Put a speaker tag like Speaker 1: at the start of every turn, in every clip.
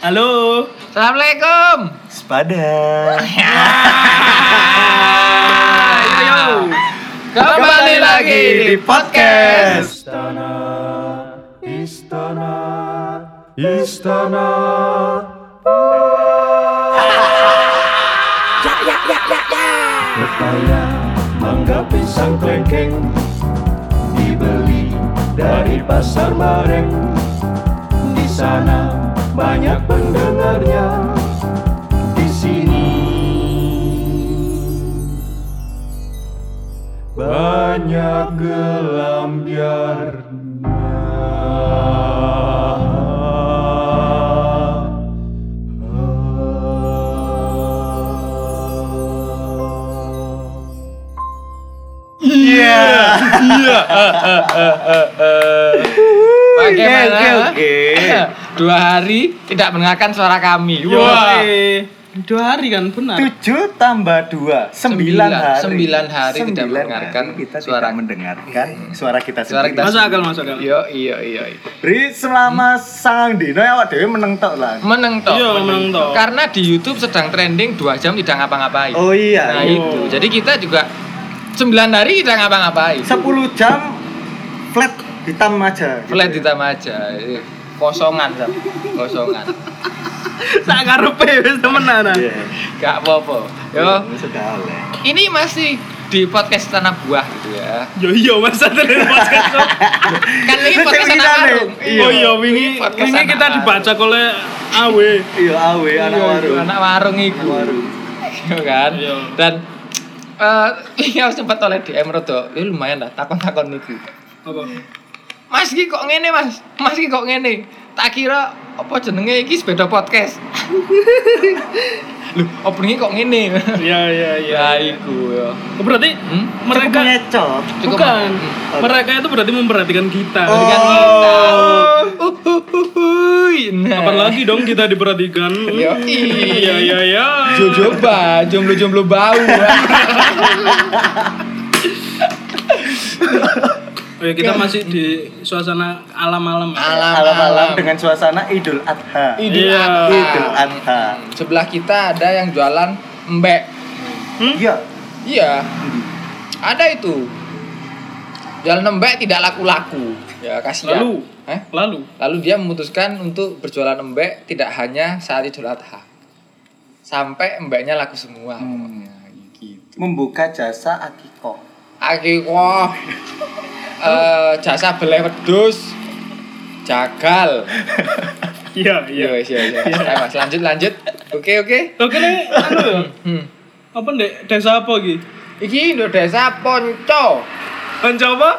Speaker 1: Halo.
Speaker 2: Assalamualaikum.
Speaker 3: Sepada.
Speaker 1: Ya.
Speaker 2: Yo yo. Kembali, lagi di podcast.
Speaker 3: Istana, istana, istana. Pepaya, mangga, pisang, klengkeng dibeli dari pasar bareng. Di sana banyak pendengarnya. Di sini banyak gelam biarnya.
Speaker 2: Bagaimana?
Speaker 1: Oke, oke, oke.
Speaker 2: Dua hari tidak mendengarkan suara kami.
Speaker 1: Yo, eh. Dua hari kan benar.
Speaker 3: Tujuh tambah
Speaker 2: Sembilan.
Speaker 3: dua sembilan hari.
Speaker 2: Sembilan hari tidak
Speaker 3: Sembilan
Speaker 2: mendengarkan
Speaker 3: hari kita
Speaker 2: suara- Hmm.
Speaker 3: suara tidak mendengarkan suara kita
Speaker 2: Suara
Speaker 3: sendiri.
Speaker 2: kita- Hmm.
Speaker 1: Masuk akal, masuk akal.
Speaker 2: Yo yo yo.
Speaker 3: Beri selama sang dino ya, awak dhewe meneng tok lah.
Speaker 2: Meneng toh.
Speaker 1: Yo, Iya, meneng toh.
Speaker 2: Karena di YouTube sedang trending dua jam tidak ngapa-ngapain.
Speaker 3: Oh
Speaker 2: Nah
Speaker 3: iya.
Speaker 1: Iya.
Speaker 2: itu. Jadi kita juga 9 hari tidak ngapa-ngapain.
Speaker 3: Sepuluh jam flat hitam aja. gitu.
Speaker 2: Flat hitam aja. Kosongan, Sam. kosongan.
Speaker 1: Tak karepe wis temenan. ah.
Speaker 3: Iya.
Speaker 2: Gak apa-apa.
Speaker 3: Iya,
Speaker 2: Yo,
Speaker 3: sudah oleh.
Speaker 2: ini masih di podcast tanah buah gitu ya.
Speaker 1: Yo iya, yo masa tenan podcast. kok.
Speaker 2: Kan ini
Speaker 3: Lu
Speaker 2: podcast
Speaker 3: cewek
Speaker 2: tanah
Speaker 3: gimana?
Speaker 2: warung.
Speaker 1: Oh iya, wingi
Speaker 2: podcast
Speaker 1: wingi
Speaker 2: anak
Speaker 1: kita
Speaker 2: warung.
Speaker 1: dibaca oleh AW.
Speaker 3: Iya, awe anak
Speaker 2: Iya,
Speaker 3: warung.
Speaker 2: Anak warung
Speaker 3: Anak
Speaker 2: iku.
Speaker 3: warung.
Speaker 2: Iya kan?
Speaker 1: Iya.
Speaker 2: Dan eh ini aku sempat oleh DM Rodo, ya lumayan lah takon-takon niku.
Speaker 1: Apa?
Speaker 2: Mas iki kok ngene, Mas? Mas iki kok ngene? Tak kira apa jenenge iki sepeda podcast. Lho, openingnya kok ngene?
Speaker 1: Iya, iya, iya.
Speaker 2: ya iku ya.
Speaker 1: Berarti
Speaker 2: Hmm?
Speaker 3: Cukup
Speaker 1: mereka
Speaker 3: ngecot.
Speaker 2: Cukup
Speaker 1: bukan.
Speaker 2: ma-
Speaker 1: Mereka itu berarti memperhatikan kita.
Speaker 3: Oh.
Speaker 2: Dengan kita. Nah.
Speaker 1: Kapan lagi dong kita diperhatikan?
Speaker 2: Yo,
Speaker 1: Iya, iya, iya.
Speaker 2: Jojoba, jomblo-jomblo bau.
Speaker 1: Oh ya, kita masih di suasana alam-alam. ya.
Speaker 3: Malam-malam dengan suasana Idul Adha.
Speaker 2: Idul
Speaker 1: Iya.
Speaker 2: Adha.
Speaker 3: Idul Adha.
Speaker 2: Sebelah kita ada yang jualan mbek.
Speaker 3: Iya.
Speaker 2: Iya, ada itu. Jualan mbek tidak laku-laku. Ya, kasihan.
Speaker 1: Lalu?
Speaker 2: Eh?
Speaker 1: Lalu
Speaker 2: Lalu dia memutuskan untuk berjualan mbek tidak hanya saat Idul Adha. Sampai mbeknya laku semua.
Speaker 3: Hmm.
Speaker 2: Ya, gitu.
Speaker 3: Membuka jasa akikoh.
Speaker 2: Akikoh. Eh, jasa beleh wedhus. Jagal.
Speaker 1: Iya, iya.
Speaker 2: Iya, iya, iya. Ayo, Mas, lanjut, lanjut. Oke, oke.
Speaker 1: Oke nih, anu ya.
Speaker 2: Hmm.
Speaker 1: Apa ndek desa apa iki?
Speaker 2: Iki Indonesia Ponco.
Speaker 1: Konco apa?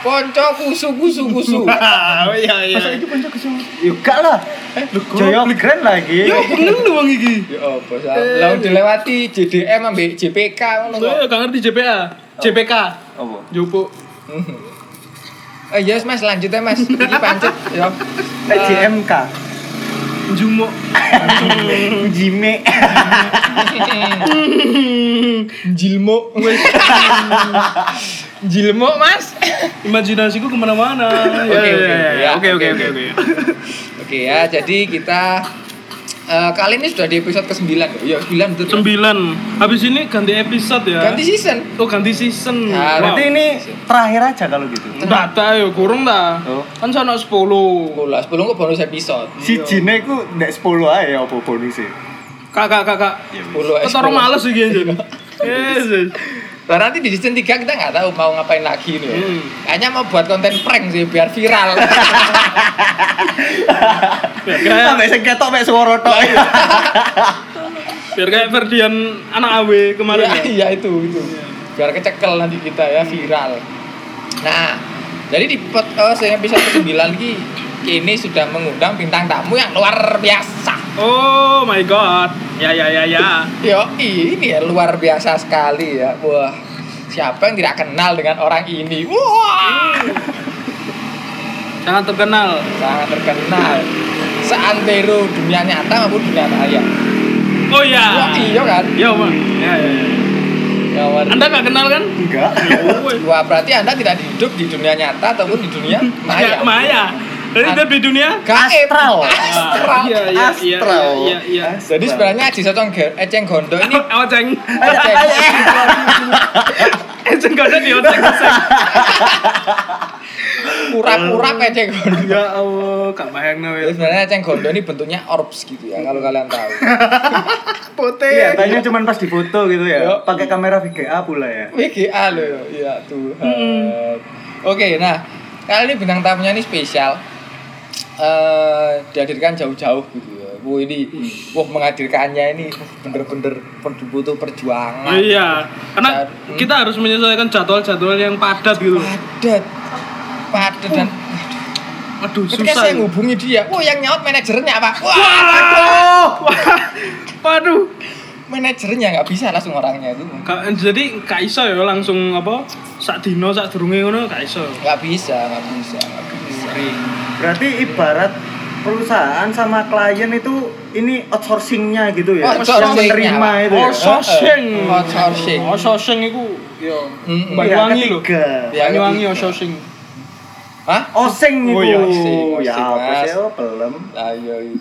Speaker 2: Ponco kusu kusu kusu. Oh,
Speaker 1: Ah, iya iya.
Speaker 3: Masa itu pencok kesini? Ya enggak lah. Eh, Jaya Grand lagi.
Speaker 1: Yo bener doang iki.
Speaker 2: ya apa sih? Lalu dilewati JDM ambek JPK ngono kok.
Speaker 1: Saya Iya, gak ngerti JPA. JPK.
Speaker 3: Apa?
Speaker 1: Jopo.
Speaker 2: Eh yes Mas, lanjut ya Mas. Iki pancet ya.
Speaker 3: Eh, JMK.
Speaker 1: Jumo.
Speaker 3: Jime.
Speaker 2: Jilmo. Jilmo Mas.
Speaker 1: Imajinasiku kemana-mana.
Speaker 2: Oke,
Speaker 1: Iya,
Speaker 2: oke,
Speaker 1: iya, iya. Oke
Speaker 2: oke, ya.
Speaker 1: oke oke oke.
Speaker 2: Oke ya, jadi kita eh, kali ini sudah di episode ke-9. Ya, 9 betul.
Speaker 1: Sembilan. Habis ini ganti episode ya.
Speaker 2: Ganti season.
Speaker 1: Oh ganti season. Wow.
Speaker 2: Ya,
Speaker 3: Berarti ini terakhir aja kalau gitu.
Speaker 1: data ya kurang ta.
Speaker 3: Oh.
Speaker 1: Kan sono 10.
Speaker 2: Bola, sebelum kok bonus episode.
Speaker 3: Si Jine ku ndek 10 ae ya apa e? bonusnya.
Speaker 1: Kakak kakak.
Speaker 2: 10
Speaker 1: Ketoro males iki anjir.
Speaker 2: Iya.
Speaker 1: Yesus.
Speaker 2: Lah nanti di season 3 kita nggak tahu mau ngapain lagi nih.
Speaker 1: Hmm.
Speaker 2: Kayaknya mau buat konten prank sih biar viral.
Speaker 1: Kayak-
Speaker 3: Sampai sing ketok mek swara tok.
Speaker 1: Biar kayak Ferdian anak AW kemarin
Speaker 2: Iya,
Speaker 1: ya.
Speaker 2: iya itu itu. Biar kecekel nanti kita ya viral. Nah, jadi di pot eh, saya episode ke-9 ini kini sudah mengundang bintang tamu yang luar biasa.
Speaker 1: Oh my god. Ya ya ya ya.
Speaker 2: Yo, ini ya luar biasa sekali ya. Wah, siapa yang tidak kenal dengan orang ini? Wah,
Speaker 1: Sangat terkenal.
Speaker 2: sangat terkenal. Seantero dunia nyata maupun dunia maya.
Speaker 1: Oh iya.
Speaker 2: Wah, iya kan?
Speaker 1: Yo, Ma. Ya, ya, ya.
Speaker 2: Ya, war-
Speaker 1: Anda nggak kenal kan?
Speaker 3: Enggak.
Speaker 1: Oh, woy.
Speaker 2: Wah, berarti Anda tidak hidup di dunia nyata ataupun di dunia
Speaker 1: Nggak,
Speaker 2: maya.
Speaker 1: Ya, Maya. Dari dari di dunia?
Speaker 2: gaib.
Speaker 3: Astral.
Speaker 2: Astral.
Speaker 1: Ah, Iya, iya, iya,
Speaker 3: Astral.
Speaker 1: iya, iya.
Speaker 2: Jadi sebenarnya Aji Sotong Ge- Eceng Gondo ini
Speaker 1: Awak ceng.
Speaker 2: Eceng.
Speaker 1: Ceng gak Eh, ada di otak ceng.
Speaker 2: Pura-pura Eceng Gondo.
Speaker 1: Ya Allah, gak bayangno
Speaker 2: Jadi
Speaker 1: ya.
Speaker 2: sebenarnya Eceng Gondo ini bentuknya orbs gitu ya kalau kalian tahu.
Speaker 3: Iya, tadinya cuma pas difoto gitu ya.
Speaker 2: Yo.
Speaker 3: Pakai kamera VGA pula ya.
Speaker 2: WGA loh, ya Tuhan. Oke, nah kali ini bintang tamunya ini spesial. eh dihadirkan jauh-jauh gitu ya. Wah ini,
Speaker 1: Mm.
Speaker 2: wah menghadirkannya ini bener-bener per- butuh perjuangan.
Speaker 1: Iya, karena
Speaker 2: Hmm.
Speaker 1: kita harus menyesuaikan jadwal-jadwal yang padat gitu.
Speaker 2: Padat, padat dan
Speaker 1: Aduh, Oh,
Speaker 2: ketika
Speaker 1: susah.
Speaker 2: saya
Speaker 1: itu.
Speaker 2: ngubungi dia, wah yang nyaut manajernya pak. Wah,
Speaker 1: Wah, waduh.
Speaker 2: manajernya nggak bisa langsung orangnya itu.
Speaker 1: Ka- Jadi gak iso ya langsung apa sak dino sak durunge ngono gak iso.
Speaker 2: Nggak bisa, nggak bisa, nggak bisa.
Speaker 3: Berarti ibarat perusahaan sama klien itu ini outsourcingnya gitu ya. Yang
Speaker 2: Outsourcing-nya,
Speaker 3: menerima
Speaker 2: Pak.
Speaker 3: itu ya.
Speaker 1: Outsourcing.
Speaker 2: Heeh, outsourcing.
Speaker 1: Outsourcing iku ya
Speaker 2: Mm-mm.
Speaker 1: Banyuwangi
Speaker 3: Iya,
Speaker 1: lho.
Speaker 3: ketiga.
Speaker 2: Ya,
Speaker 1: Banyuwangi
Speaker 2: ketiga.
Speaker 1: outsourcing.
Speaker 2: Hah?
Speaker 3: Oseng
Speaker 1: Oh,
Speaker 3: itu.
Speaker 1: iya,
Speaker 2: oseng,
Speaker 3: Ya
Speaker 2: oseng,
Speaker 3: apa
Speaker 2: Mas.
Speaker 3: sih oh, pelem.
Speaker 2: Lah iya itu.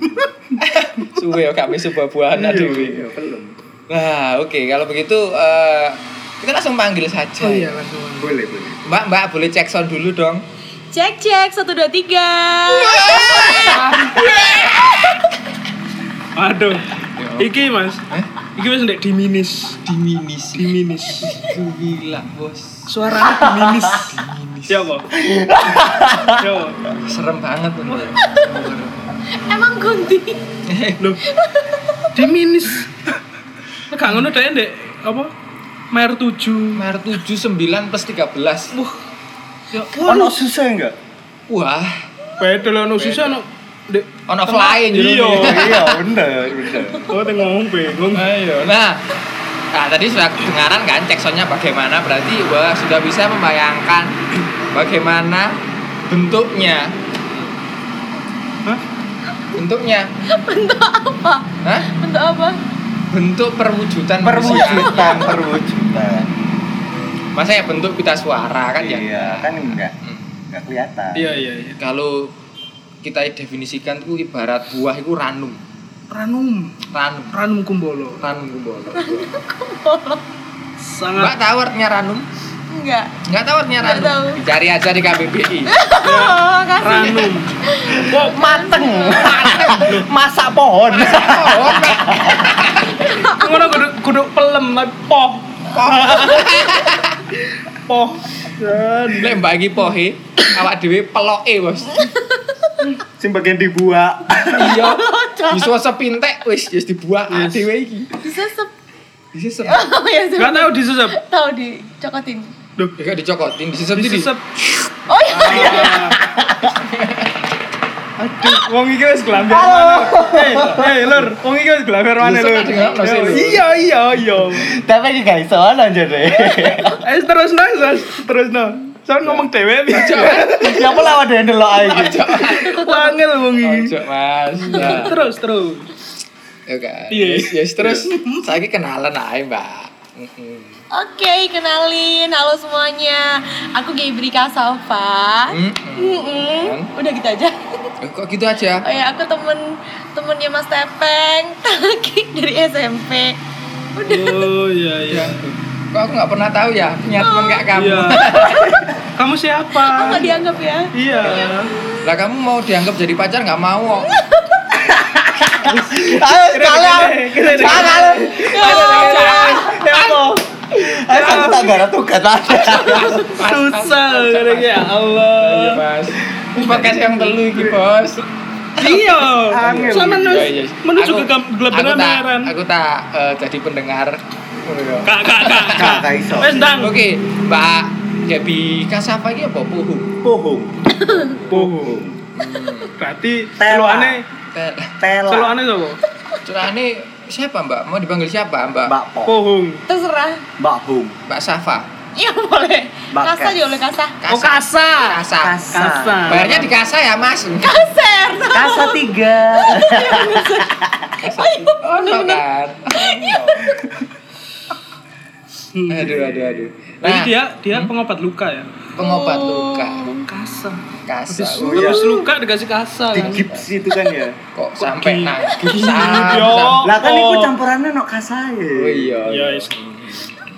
Speaker 2: Suwe ya kami sebuah buahan
Speaker 3: Iya,
Speaker 2: dhewe.
Speaker 3: pelem.
Speaker 2: Nah, oke kalau begitu eh, kita langsung panggil saja.
Speaker 1: Oh, langsung.
Speaker 3: Boleh, boleh.
Speaker 2: Mbak, Mbak boleh cek sound dulu dong.
Speaker 4: Cek cek satu dua tiga. Iya,
Speaker 1: Aduh. Iki Mas.
Speaker 2: Eh?
Speaker 1: Iki wis ndek diminis.
Speaker 2: Diminis,
Speaker 1: Diminis.
Speaker 2: gila, Bos.
Speaker 1: Suara aku diminis. Ya apa? Ya apa?
Speaker 2: Serem banget bener. Eh,
Speaker 4: Emang gundi.
Speaker 1: Loh. Diminis. Gak ngono deh ndek apa? Mer 7.
Speaker 2: Mar 7 9 plus 13. Wah.
Speaker 1: Ya
Speaker 3: Ono susah enggak?
Speaker 2: Wah.
Speaker 1: Beda lah ono sisa ono ndek
Speaker 2: On offline
Speaker 1: Iya.
Speaker 3: Iya, bener, bener.
Speaker 1: Oh, teng ngomong bingung.
Speaker 2: Ayo. Nah, nah tadi sudah dengaran kan cek soundnya bagaimana berarti wah sudah bisa membayangkan bagaimana bentuknya
Speaker 1: Hah?
Speaker 2: bentuknya
Speaker 4: Bentuk apa?
Speaker 2: Hah?
Speaker 4: Bentuk apa?
Speaker 2: bentuk perwujudan manusia
Speaker 3: Perwujudan, perwujudan.
Speaker 2: masa ya bentuk pita suara kan ya
Speaker 3: Iya, kan enggak
Speaker 2: Hmm.
Speaker 3: enggak kelihatan.
Speaker 1: Iya, iya, iya.
Speaker 2: kalau kita definisikan itu ibarat buah itu ranum
Speaker 1: Ranum,
Speaker 2: ranum
Speaker 1: ranum kumbolo.
Speaker 2: ranum kumbolo mbak
Speaker 1: Sangat
Speaker 2: tahu artinya ranum
Speaker 4: Enggak.
Speaker 2: nggak tahu artinya
Speaker 4: Nggak
Speaker 2: ranum
Speaker 4: tahu.
Speaker 2: cari aja di KBBI
Speaker 4: Oh, kasih.
Speaker 1: ranum.
Speaker 3: Kok mateng? Masak pohon.
Speaker 2: oh Mbak.
Speaker 1: Ngono kudu kudu pelem tapi poh. Poh. Dan
Speaker 2: Lek mbak iki pohe, awak dhewe peloke, Bos.
Speaker 3: Sing bagian dibuak.
Speaker 2: Iya.
Speaker 4: Oh,
Speaker 2: Yuswa sepintek wis wis dibuak
Speaker 1: Yes.
Speaker 2: dhewe iki.
Speaker 4: Disesep.
Speaker 2: Disi sep.
Speaker 4: Oh ya
Speaker 1: enggak
Speaker 4: sudah.
Speaker 1: tahu disusap.
Speaker 4: Tahu dicokotin.
Speaker 1: Duh.
Speaker 2: Ya kok dicokotin, disisep sendiri.
Speaker 1: Disusap.
Speaker 4: Oh iya.
Speaker 1: Ah. Aduh, wong iki wis glamber mana? Hei, hei, Lur, wong iki wis glamber mana,
Speaker 2: Disusap
Speaker 1: Lur?
Speaker 2: tak dengar, Mas, Lur.
Speaker 1: Iya, iya, iya.
Speaker 3: Tapi iki gak iso ana jare.
Speaker 1: Eh, terus no, terus no. Saya ngomong dhewe piye?
Speaker 3: Ya apa lawan dhewe ndelok ae iki.
Speaker 2: Ojo.
Speaker 1: Wangel wong iki.
Speaker 2: Ojo, Mas. Ya.
Speaker 1: Terus, terus.
Speaker 2: Ya kan.
Speaker 1: Iya.
Speaker 2: Yes, yes, terus saiki kenalan ae, Mbak. Mm-mm.
Speaker 4: Oke, kenalin. Halo semuanya. Aku Gebri Kasafa.
Speaker 2: Mm-mm.
Speaker 4: Mm-mm. Udah gitu aja.
Speaker 2: Eh, Kok gitu aja?
Speaker 4: Oh ya, aku temen temennya Mas Tepeng, Kik dari SMP.
Speaker 1: Oh, iya,
Speaker 2: Ya.
Speaker 1: iya.
Speaker 2: Kok aku nggak pernah tahu ya punya teman kayak kamu.
Speaker 1: Iya. Kamu siapa?
Speaker 4: Oh, nggak dianggap ya?
Speaker 1: Iya.
Speaker 2: Lah kamu mau dianggap jadi pacar nggak mau? kok.
Speaker 3: Ayo kalian. Kalian.
Speaker 1: Ya Allah.
Speaker 3: Ayo aku Kan tak garap tugas ada.
Speaker 1: Susah gara ya
Speaker 2: Iya,
Speaker 1: Allah.
Speaker 2: Mas. Ini podcast yang telu iki, Bos.
Speaker 1: Iya.
Speaker 3: Angin.
Speaker 1: Sama
Speaker 2: Iya, iya.
Speaker 1: nus- menuju
Speaker 2: Aku-
Speaker 1: ke gam-
Speaker 2: aku
Speaker 1: gelap
Speaker 2: tak-
Speaker 1: merah.
Speaker 2: Aku tak eh, jadi pendengar.
Speaker 1: Kak, kak, kak,
Speaker 3: Kak,
Speaker 1: kak.
Speaker 3: kak iso.
Speaker 1: Wes ndang.
Speaker 2: Oke, Mbak Gabi Kasapa iki apa puhu?
Speaker 3: Pohong.
Speaker 1: Bohong. Berarti
Speaker 3: Tela.
Speaker 1: celuane
Speaker 2: Te-
Speaker 3: Tel.
Speaker 1: celuane sapa?
Speaker 2: Curane siapa, Mbak? Mau dipanggil siapa, Mbak?
Speaker 3: Mbak Po.
Speaker 1: Bohong.
Speaker 4: Terserah.
Speaker 3: Mbak Hum.
Speaker 2: Mbak Safa.
Speaker 4: Iya boleh.
Speaker 3: Mbak
Speaker 4: Kasa
Speaker 3: Kes.
Speaker 4: juga boleh kasa.
Speaker 1: Oh, kasa. Oh,
Speaker 2: Kasa.
Speaker 1: Kasa.
Speaker 2: Bayarnya di kasa ya, Mas.
Speaker 4: Kaser.
Speaker 3: Kasa tiga.
Speaker 2: Kasa. Oh, no, kan.
Speaker 1: Hmm.
Speaker 2: Aduh, aduh, aduh.
Speaker 1: Jadi
Speaker 2: Nah,
Speaker 1: dia dia pengobat luka ya.
Speaker 2: pengobat luka.
Speaker 1: Oh, Kasa.
Speaker 2: Kasar.
Speaker 1: Habis,
Speaker 3: Oh, iya.
Speaker 1: habis luka dikasih kasa
Speaker 3: di
Speaker 1: kan.
Speaker 3: gips itu kan ya
Speaker 2: Kok sampai
Speaker 1: Gini.
Speaker 2: nangis?
Speaker 1: Yo.
Speaker 2: Sam.
Speaker 3: lah kan itu
Speaker 1: Oh.
Speaker 3: campurannya no kasae
Speaker 2: Oh iya.
Speaker 1: Ya wis.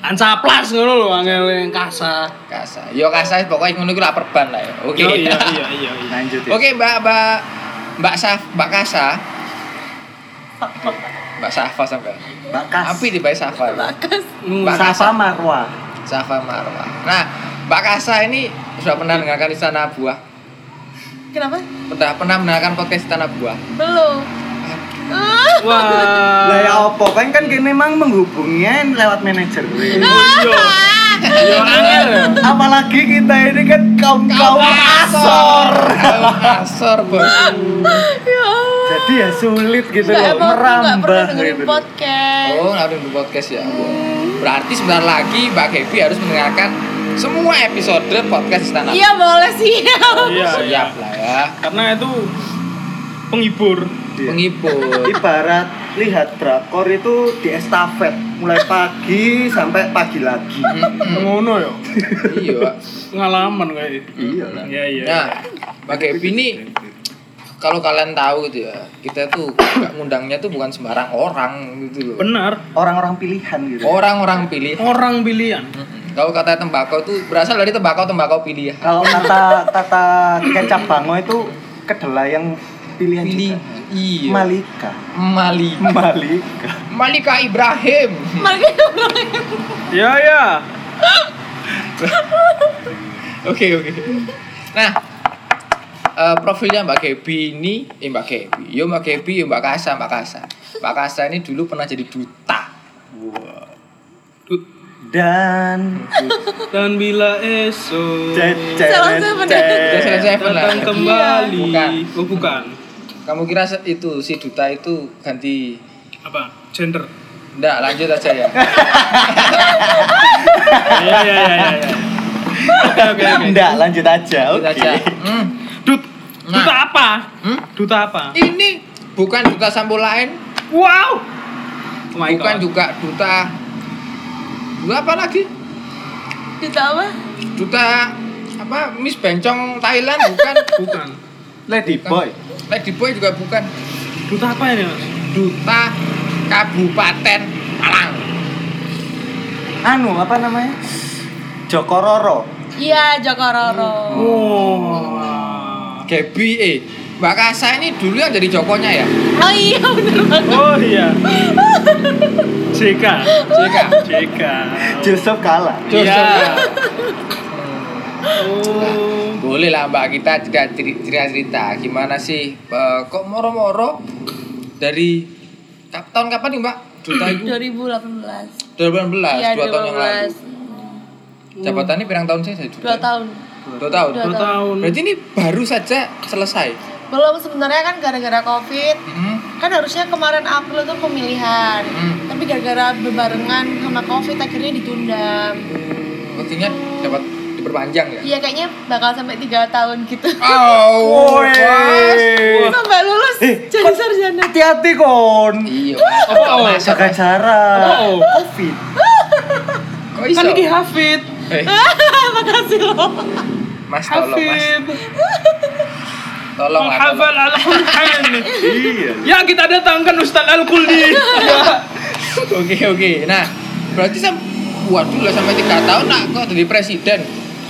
Speaker 1: Ancaplas ngono lho angel yang kasa.
Speaker 2: Kasa. Yo kasa pokoknya ngono iku lah perban lah ya. Oke.
Speaker 1: Yo, iya iya iya iya.
Speaker 3: lanjut ya
Speaker 2: Oke, Mbak Mbak Mbak Saf, Mbak Kasa. Mbak Safa sampai.
Speaker 3: bakas
Speaker 2: Api di Mbak Safa. ya?
Speaker 1: Hmm,
Speaker 2: Mbak Kasa.
Speaker 3: Safa Marwa
Speaker 2: Safa Marwa. Nah, Mbak Kasa ini sudah pernah mendengarkan istana buah.
Speaker 4: Kenapa?
Speaker 2: Pernah pernah mendengarkan podcast istana buah.
Speaker 4: Belum. Ah,
Speaker 3: lah ya
Speaker 1: Wah.
Speaker 3: apa kan kan kene memang menghubungnya lewat manajer
Speaker 2: iya,
Speaker 1: Yo. Yo angel. ya.
Speaker 3: apalagi kita ini kan kaum kaum asor
Speaker 2: Kaum Asor, Bos.
Speaker 4: ya Allah.
Speaker 3: jadi ya sulit gitu
Speaker 4: Nggak,
Speaker 3: loh
Speaker 4: emang aku nggak pernah
Speaker 3: merambah
Speaker 4: dengerin
Speaker 2: Iya,
Speaker 3: gitu
Speaker 4: podcast.
Speaker 2: Oh, nggak ada di podcast ya. Berarti sebentar lagi Mbak Gaby harus mendengarkan semua episode podcast istana.
Speaker 4: Iya boleh sih.
Speaker 1: Iya iya.
Speaker 2: Siap lah ya.
Speaker 1: Karena itu penghibur.
Speaker 3: Iya.
Speaker 2: Penghibur.
Speaker 3: ibarat lihat drakor itu di estafet mulai pagi sampai pagi lagi
Speaker 2: Mm-mm.
Speaker 1: Ngono yo.
Speaker 2: Iya.
Speaker 1: Pengalaman kayak.
Speaker 3: iya lah
Speaker 1: Iya iya.
Speaker 2: Nah, Mbak Gaby ini kalau kalian tahu gitu ya, kita tuh nggak ngundangnya tuh bukan sembarang orang gitu loh.
Speaker 1: Benar.
Speaker 3: orang-orang pilihan gitu
Speaker 2: Orang-orang pilih.
Speaker 1: Orang pilihan.
Speaker 2: Kalau kata tembakau tuh berasal dari tembakau-tembakau pilihan.
Speaker 3: kalau kata kata kecap bango itu kedelai yang pilihan
Speaker 2: Pilih.
Speaker 3: juga.
Speaker 2: Iya.
Speaker 3: Malika
Speaker 2: Mali.
Speaker 3: Malika
Speaker 2: Malika Ibrahim.
Speaker 1: Ya ya.
Speaker 2: Oke oke. Nah, eh, profilnya Mbak Gaby ini, eh, Mbak Gaby, yo Mbak Gaby, yo Mbak Kasa, Mbak Kasa. Mbak Kasa ini dulu pernah jadi duta.
Speaker 3: dan
Speaker 1: Dan bila esok
Speaker 4: Salah satu bener.
Speaker 2: Jadi saya
Speaker 3: cecet
Speaker 2: saya pernah.
Speaker 1: datang kembali.
Speaker 2: Iya. Bukan.
Speaker 1: Oh bukan.
Speaker 2: Kamu kira se- itu si duta itu ganti?
Speaker 1: Apa? Gender.
Speaker 2: Nggak, lanjut aja ya.
Speaker 1: Iya iya iya iya. Oke oke oke.
Speaker 2: Nah.
Speaker 3: Enggak, lanjut aja.
Speaker 2: Lanjut
Speaker 3: Oke.
Speaker 2: aja. Hmm.
Speaker 1: Dut, duta
Speaker 2: Nah.
Speaker 1: apa?
Speaker 2: Hmm?
Speaker 1: Duta apa?
Speaker 2: Ini bukan duta sampo lain,
Speaker 1: Wow. Oh my God.
Speaker 2: bukan juga duta. Duta apa lagi?
Speaker 4: Duta apa?
Speaker 2: Duta apa Miss Bencong Thailand bukan?
Speaker 1: Bukan.
Speaker 3: Lady
Speaker 2: Kan.
Speaker 3: Boy.
Speaker 2: Lady Boy juga bukan.
Speaker 1: Duta apa ini, Mas?
Speaker 2: Duta Kabupaten Malang.
Speaker 3: Anu, apa namanya? Jokororo.
Speaker 4: Iya Joko Roro.
Speaker 2: Oh.
Speaker 1: Oh, Wow.
Speaker 2: Gaby eh Mbak Kasa ini dulu yang dari Jokonya ya
Speaker 4: Oh iya bener banget.
Speaker 1: Oh iya. JK.
Speaker 2: JK
Speaker 1: JK.
Speaker 3: Joseph kalah.
Speaker 2: Joseph.
Speaker 1: Iya. Oh.
Speaker 2: boleh lah Mbak kita tidak cerita cerita gimana sih eh, kok moro-moro dari kap- tahun kapan nih Mbak Duta itu
Speaker 4: 2018.
Speaker 2: 2018
Speaker 4: Iya
Speaker 2: dua tahun yang lalu
Speaker 4: 2018.
Speaker 2: jabatannya berapa tahun sih saya
Speaker 4: Dua tahun.
Speaker 2: dua tahun
Speaker 4: Dua
Speaker 1: Dua tahun.
Speaker 2: berarti ini baru saja selesai
Speaker 4: Belum sebenarnya kan gara-gara covid
Speaker 2: hmm.
Speaker 4: kan harusnya kemarin April tuh pemilihan
Speaker 2: Hmm.
Speaker 4: tapi gara-gara berbarengan sama covid akhirnya ditunda
Speaker 2: Buktinya dapat diperpanjang ya
Speaker 4: iya kayaknya bakal sampai tiga tahun gitu
Speaker 2: oh
Speaker 3: Woi.
Speaker 2: bos.
Speaker 4: sampai lulus
Speaker 3: Eh,
Speaker 4: jadi sarjana
Speaker 3: Hati-hati kon.
Speaker 2: iya
Speaker 1: Oh,
Speaker 2: oh,
Speaker 3: Jaga jarak.
Speaker 1: Oh.
Speaker 3: Covid.
Speaker 2: kok iso
Speaker 1: Kan iki
Speaker 3: ya?
Speaker 1: Hafid.
Speaker 2: Eh,
Speaker 4: makasih loh
Speaker 2: mas tolong mas
Speaker 1: Hafid.
Speaker 2: tolong lah tolong.
Speaker 1: Hafal Al-Qur'an.
Speaker 3: Iya.
Speaker 1: Ya kita datangkan Ustaz Al-Quldi.
Speaker 2: Oke oke. Nah, berarti sam waduh lah sampai tiga tahun nak kok jadi presiden.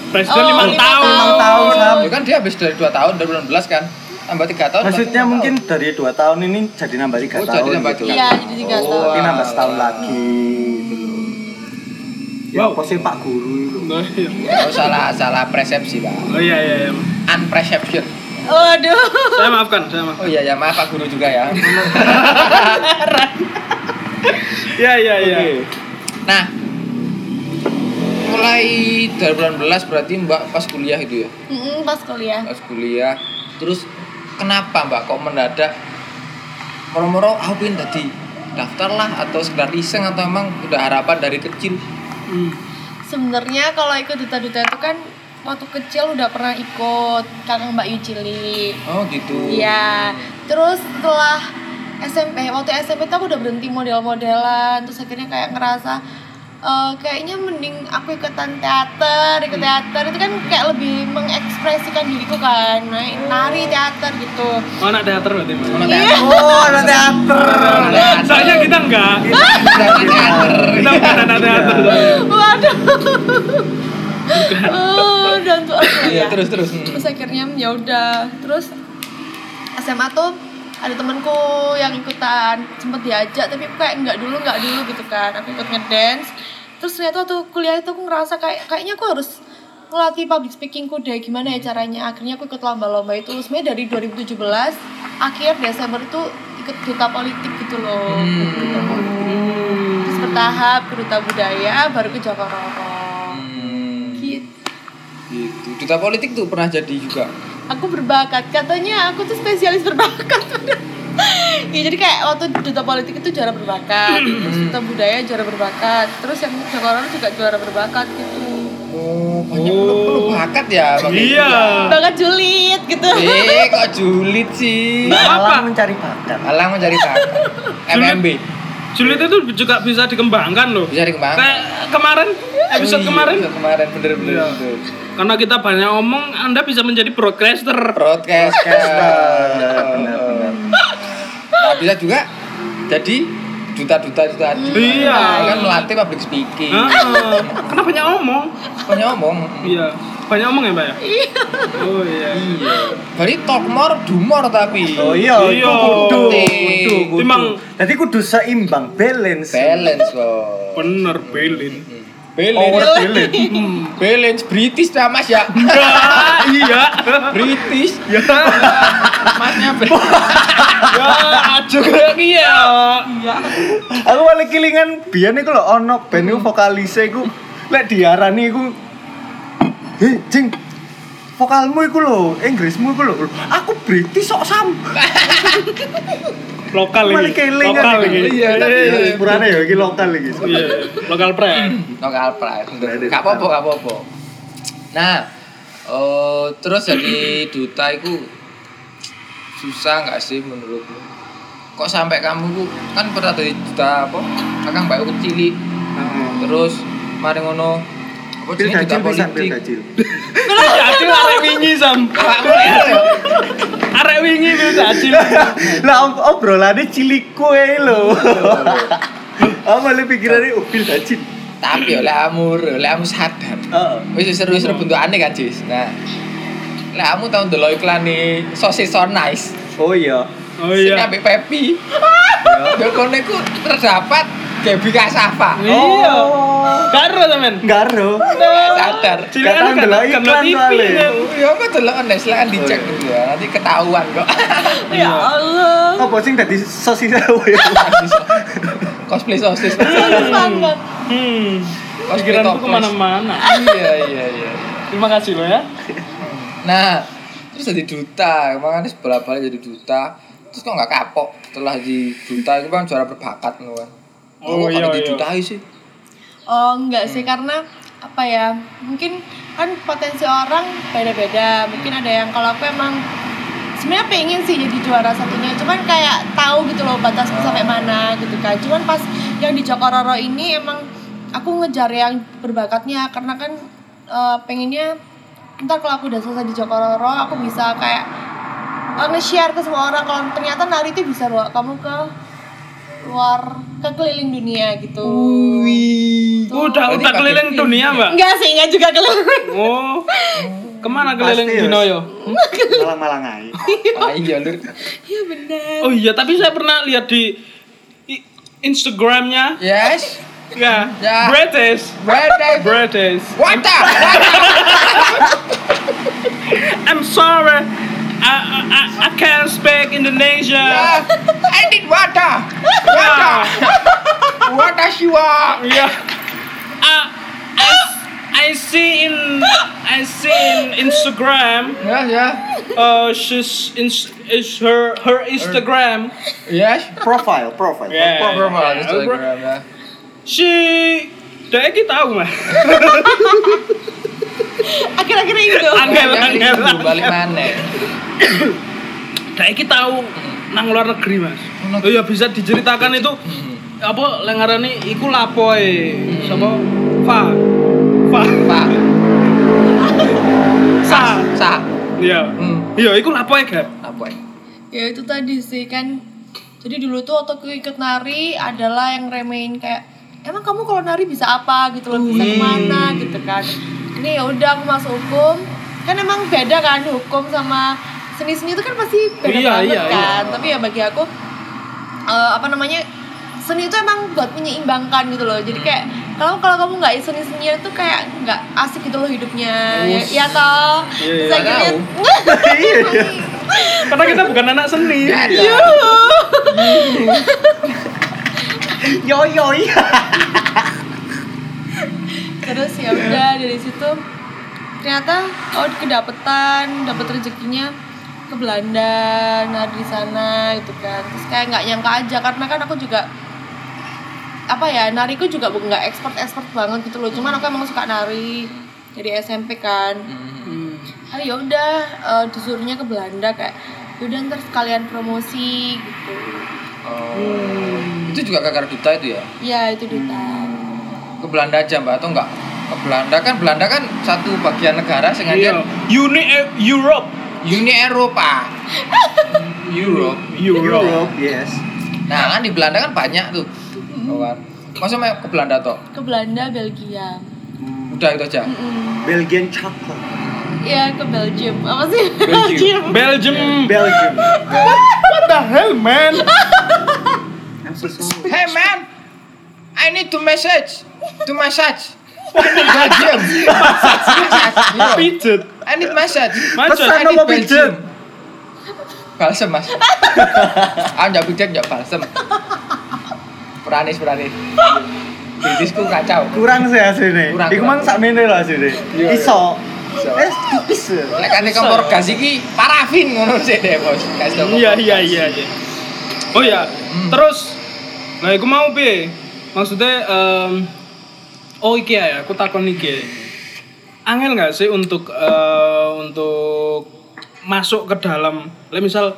Speaker 1: Presiden
Speaker 4: Oh,
Speaker 1: lima
Speaker 4: lima
Speaker 1: tahun.
Speaker 4: tahun.
Speaker 3: Enam tahun Sam.
Speaker 2: Ya kan dia habis dari 2 tahun 2019 kan. Tambah 3 tahun.
Speaker 3: Maksudnya
Speaker 2: berarti
Speaker 3: mungkin dari dua tahun ini jadi nambah
Speaker 2: tiga tahun.
Speaker 3: tiga
Speaker 2: Oh, jadi
Speaker 3: tahun.
Speaker 2: tambah Oh,
Speaker 3: gitu.
Speaker 2: tiga
Speaker 4: Iya, jadi tiga tahun.
Speaker 3: Mungkin nambah setahun lagi. Ya,
Speaker 1: Wow.
Speaker 3: apa sih Pak Guru itu?
Speaker 1: Oh, iya.
Speaker 2: Kalau salah salah persepsi lah.
Speaker 1: Oh iya iya iya.
Speaker 2: Unperception.
Speaker 4: waduh
Speaker 1: Saya maafkan, saya maafkan.
Speaker 2: Oh iya ya maaf Pak Guru juga ya.
Speaker 1: Iya iya iya.
Speaker 2: Nah, mulai 2019 berarti Mbak pas kuliah gitu ya.
Speaker 4: Mm-mm, pas kuliah
Speaker 2: Pas kuliah. Terus kenapa Mbak kok mendadak moro-moro aku pengen tadi daftar lah atau sekedar iseng atau emang udah harapan dari kecil
Speaker 1: Hmm.
Speaker 4: sebenarnya kalau ikut duta-duta itu kan waktu kecil udah pernah ikut kakak mbak Yu Cilik
Speaker 2: Oh gitu.
Speaker 4: Iya. Terus setelah eh, SMP, waktu SMP tuh aku udah berhenti model-modelan, terus akhirnya kayak ngerasa eh, kayaknya mending aku ikutan teater, ikut teater itu kan kayak lebih mengekspresikan diriku kan, naik nari teater gitu. Iya,
Speaker 1: Oh, anak teater berarti. Mbak.
Speaker 2: Ono teater.
Speaker 3: Oh, ada teater.
Speaker 1: Soalnya kita enggak.
Speaker 2: Ono teater.
Speaker 1: Kita bukan anak teater. soalnya.
Speaker 4: Waduh. Oh, dan tuh aku
Speaker 2: Iya,
Speaker 4: ya.
Speaker 2: terus terus. Hmm.
Speaker 4: Terus akhirnya ya udah. Terus SMA tuh ada temanku yang ikutan sempet diajak tapi aku kayak nggak dulu nggak dulu gitu kan aku ikut ngedance terus ternyata tuh kuliah itu aku ngerasa kayak kayaknya aku harus ngelatih public speakingku deh gimana ya caranya akhirnya aku ikut lomba-lomba itu sebenarnya dari 2017 akhir Desember tuh ikut duta politik gitu loh Duta politik. terus bertahap ke duta budaya baru ke Jakarta
Speaker 2: Hmm.
Speaker 4: gitu
Speaker 2: Gitu. Duta politik tuh pernah jadi juga.
Speaker 4: aku berbakat katanya aku tuh spesialis berbakat ya jadi kayak waktu duta politik itu juara berbakat terus duta budaya juara berbakat terus yang Jakarta juga juara berbakat gitu
Speaker 2: Oh, banyak perlu perlu bakat ya. Bang.
Speaker 1: Iya.
Speaker 4: bakat julid gitu
Speaker 2: Eh, kok julid sih?
Speaker 1: Nggak apa.
Speaker 3: Malah mencari bakat.
Speaker 2: Alang mencari bakat. MMB
Speaker 1: Julid itu juga bisa dikembangkan loh.
Speaker 2: bisa dikembangkan.
Speaker 1: Kayak kemarin episode
Speaker 2: Iya,
Speaker 1: kemarin
Speaker 2: episode kemarin bener-bener.
Speaker 1: Iya.
Speaker 2: betul.
Speaker 1: karena kita banyak omong, Anda bisa menjadi broadcaster.
Speaker 2: Broadcast.
Speaker 3: Benar-benar.
Speaker 2: Nah, bisa juga jadi duta-duta itu tadi.
Speaker 1: Iya.
Speaker 2: Kan melatih public speaking.
Speaker 1: Ah, karena banyak omong.
Speaker 2: Kok ngomong?
Speaker 1: Iya, banyak omong ya, Mbak ya? Oh iya.
Speaker 2: Iya. Berarti talk more, do more tapi.
Speaker 3: Oh iya,
Speaker 1: Iya.
Speaker 3: itu kudu, kudu, kudu.
Speaker 1: Timang.
Speaker 3: Jadi kudu seimbang, balance.
Speaker 2: Balance kok.
Speaker 1: Bener, Belin.
Speaker 3: Power
Speaker 2: Balance.
Speaker 3: balance.
Speaker 2: Balance British lah Mas ya.
Speaker 1: Ah, iya.
Speaker 2: British.
Speaker 1: Ya,
Speaker 2: Masnya British.
Speaker 1: ya, juga iya.
Speaker 3: Aku paling kilingan biyen iku lho ono band iku vokalise iku lek diarani iku Heh, jing. Vokalmu iku lho, Inggrismu iku lho. Aku British sok sam.
Speaker 1: Lokal
Speaker 3: Aku paling
Speaker 1: ini.
Speaker 3: kilingan.
Speaker 1: Lokal
Speaker 3: iku.
Speaker 1: ini.
Speaker 3: Iya, iya. Sepurane ya iki lokal iki.
Speaker 1: Iya, lokal prank.
Speaker 2: Lokal pride. Gak ya. apa-apa, gak apa-apa. Nah, eh, terus jadi duta itu susah nggak sih menurutmu? Kok sampai kamu ku- kan pernah jadi duta apa? Kakang Mbak Ukut Cili. Terus mari ngono apa
Speaker 3: Pil
Speaker 2: jenenge duta
Speaker 3: gajil pisan, pil
Speaker 2: politik?
Speaker 3: gajil.
Speaker 1: Jadi arek wingi sam.
Speaker 2: Kamu ya?
Speaker 1: Arek wingi wis dacil.
Speaker 3: Lah ob- obrolane ciliku ae lho. Apa le pikirane oh, pil gajil.
Speaker 2: Tapi oleh amur, oleh amur sadar.
Speaker 3: Heeh.
Speaker 2: Wis seru seru
Speaker 3: Iya.
Speaker 2: bentukane kan, Jis. Nah. Lah kamu tau ndelok iklan nih sosis so nice.
Speaker 3: Oh iya.
Speaker 1: Oh
Speaker 2: Sing
Speaker 1: iya.
Speaker 2: ambek Pepi. Ya kono iku terdapat Gaby Kasafa.
Speaker 1: Iya.
Speaker 3: Oh.
Speaker 1: Karo temen.
Speaker 3: Enggak ro.
Speaker 2: Sadar.
Speaker 1: Silakan
Speaker 3: Kadang delok
Speaker 1: kan
Speaker 3: iklan
Speaker 1: TV.
Speaker 3: soalnya.
Speaker 1: Nek.
Speaker 2: Ya kok delok nih, silakan dicek
Speaker 1: iya,
Speaker 3: Oh,
Speaker 2: gitu ya. Nanti ketahuan kok.
Speaker 4: ya Allah
Speaker 3: Apa sing dadi sosis ya? ae.
Speaker 2: Cosplay sosis.
Speaker 4: Bagus banget
Speaker 1: Hmm.
Speaker 2: Cosplay
Speaker 1: Pikiranku
Speaker 2: toples.
Speaker 1: kemana-mana.
Speaker 2: Iya iya iya.
Speaker 1: Terima kasih lo ya.
Speaker 2: Nah, terus jadi duta, kemarin sebelah balik jadi duta. Terus kok nggak kapok setelah di duta itu kan juara berbakat loh kan.
Speaker 1: Oh,
Speaker 2: kok
Speaker 1: iya,
Speaker 2: nggak
Speaker 1: iya.
Speaker 2: didutai sih.
Speaker 4: Oh enggak sih karena apa ya mungkin kan potensi orang beda-beda mungkin ada yang kalau aku emang sebenarnya pengen sih jadi juara satunya cuman kayak tahu gitu loh batasku sampai mana gitu kan cuman pas yang di Jokororo ini emang aku ngejar yang berbakatnya karena kan eh, pengennya ntar kalau aku udah selesai di Jokororo aku bisa kayak eh, nge-share ke semua orang kalau ternyata nari itu bisa bawa kamu ke luar ke keliling dunia gitu
Speaker 1: Udah
Speaker 2: Berarti
Speaker 1: udah
Speaker 2: pakai
Speaker 1: keliling dunia, Mbak.
Speaker 4: Enggak sih, enggak juga keliling.
Speaker 1: Oh. Kemana
Speaker 3: Pasti,
Speaker 1: keliling
Speaker 2: ya,
Speaker 3: Yos.
Speaker 1: Dinoyo?
Speaker 3: Malang-malang ae.
Speaker 2: Ah, iya lur.
Speaker 4: Iya benar.
Speaker 1: Oh iya, tapi saya pernah lihat di i- Instagramnya.
Speaker 2: Yes.
Speaker 1: Ya.
Speaker 2: Ya.
Speaker 1: British.
Speaker 2: Brother.
Speaker 1: British.
Speaker 2: What the?
Speaker 1: I'm sorry. I, I, I- I can't speak Indonesia. Ya.
Speaker 2: Yeah. I need water. Water. Water Shiva.
Speaker 1: Yeah. Ya. I, I, I see in I see in Instagram.
Speaker 2: Ya ya.
Speaker 1: Uh, she's in is her her Instagram.
Speaker 2: Yes.
Speaker 3: Profile, profile.
Speaker 1: Yeah.
Speaker 2: Promo di
Speaker 1: yeah,
Speaker 2: Instagram ya.
Speaker 1: She. Dia kita tahu mah.
Speaker 4: Akhir-akhir ini tuh.
Speaker 1: Angel
Speaker 2: Jangan
Speaker 1: angel.
Speaker 2: disuruh balik maneh.
Speaker 1: Dia kita tahu nang luar negeri mas.
Speaker 2: Luar
Speaker 1: Oh ya bisa diceritakan itu apa lengarane iku lapoe sapa fa Hmm. fa
Speaker 2: Pak,
Speaker 1: sa
Speaker 2: sa.
Speaker 1: iya
Speaker 2: Hmm.
Speaker 1: iya iku lapoe gap
Speaker 2: Apa ya?
Speaker 4: ya itu tadi sih kan jadi dulu tuh otakku ikut nari adalah yang remein kayak emang kamu kalau nari bisa apa gitu loh
Speaker 1: Hmm.
Speaker 4: bisa kemana gitu kan ini ya udah aku masuk hukum kan emang beda kan hukum sama seni-seni itu kan pasti beda
Speaker 1: Iya,
Speaker 4: banget
Speaker 1: iya,
Speaker 4: kan
Speaker 1: iya.
Speaker 4: tapi ya bagi aku eh, apa namanya seni itu emang buat menyeimbangkan gitu loh jadi kayak kalau kalau kamu nggak seni senian tuh kayak nggak asik gitu loh hidupnya ya,
Speaker 2: Us.
Speaker 4: ya toh
Speaker 1: Iya,
Speaker 4: Terus
Speaker 1: iya,
Speaker 4: akhirnya-
Speaker 1: karena kita bukan anak seni
Speaker 4: Iya.
Speaker 3: Yo yo iya.
Speaker 4: terus ya udah dari situ ternyata oh kedapetan dapet rezekinya ke Belanda nah di sana gitu kan terus kayak nggak nyangka aja karena kan aku juga apa ya nariku juga bu- nggak expert expert banget gitu loh cuman aku emang suka nari dari SMP kan ah ya udah eh, disuruhnya ke Belanda kayak yaudah ntar sekalian promosi gitu
Speaker 2: Oh. Itu juga kakak duta itu ya?
Speaker 4: ya itu duta
Speaker 2: Ke Belanda aja Mbak atau enggak? Ke Belanda kan Belanda kan satu bagian negara sengaja
Speaker 1: Uni E- Europe
Speaker 2: Uni Eropa. Europe.
Speaker 1: Europe
Speaker 3: yes.
Speaker 2: Nah, kan di Belanda kan banyak tuh. Kawan. Masa mau ke Belanda toh?
Speaker 4: ke Belanda Belgia
Speaker 2: Udah itu aja.
Speaker 4: Mm-mm.
Speaker 3: Belgian chocolate.
Speaker 4: ya ke Belgium apa sih
Speaker 2: Belgium.
Speaker 1: Belgium
Speaker 3: Belgium. What the hell man? I'm so sorry.
Speaker 2: Hey man, I need to message to massage. Belgium. Massage.
Speaker 1: pijet
Speaker 2: I need massage.
Speaker 1: macet
Speaker 3: Pesan.
Speaker 2: I
Speaker 3: Kenapa
Speaker 2: need
Speaker 3: pijet?
Speaker 2: Belgium. Balsem mas. ah nggak pijet nggak balsem. Peranis peranis. Bisnisku kacau.
Speaker 3: Kurang sih hasilnya.
Speaker 2: Kurang,
Speaker 3: Iku
Speaker 2: kurang.
Speaker 3: mang sakmene lho hasilnya.
Speaker 2: Iya, iya.
Speaker 3: Iso.
Speaker 2: Iso.
Speaker 3: Eh tipis. ya.
Speaker 2: Lek ane kompor gas iki parafin ngono sih deh bos. Gas tau kompor
Speaker 1: iya iya
Speaker 2: gas.
Speaker 1: iya iya. oh ya
Speaker 2: Hmm.
Speaker 1: terus nah aku mau be maksudnya em, oh iki ya aku takon iki angel nggak sih untuk eh, untuk masuk ke dalam Lek misal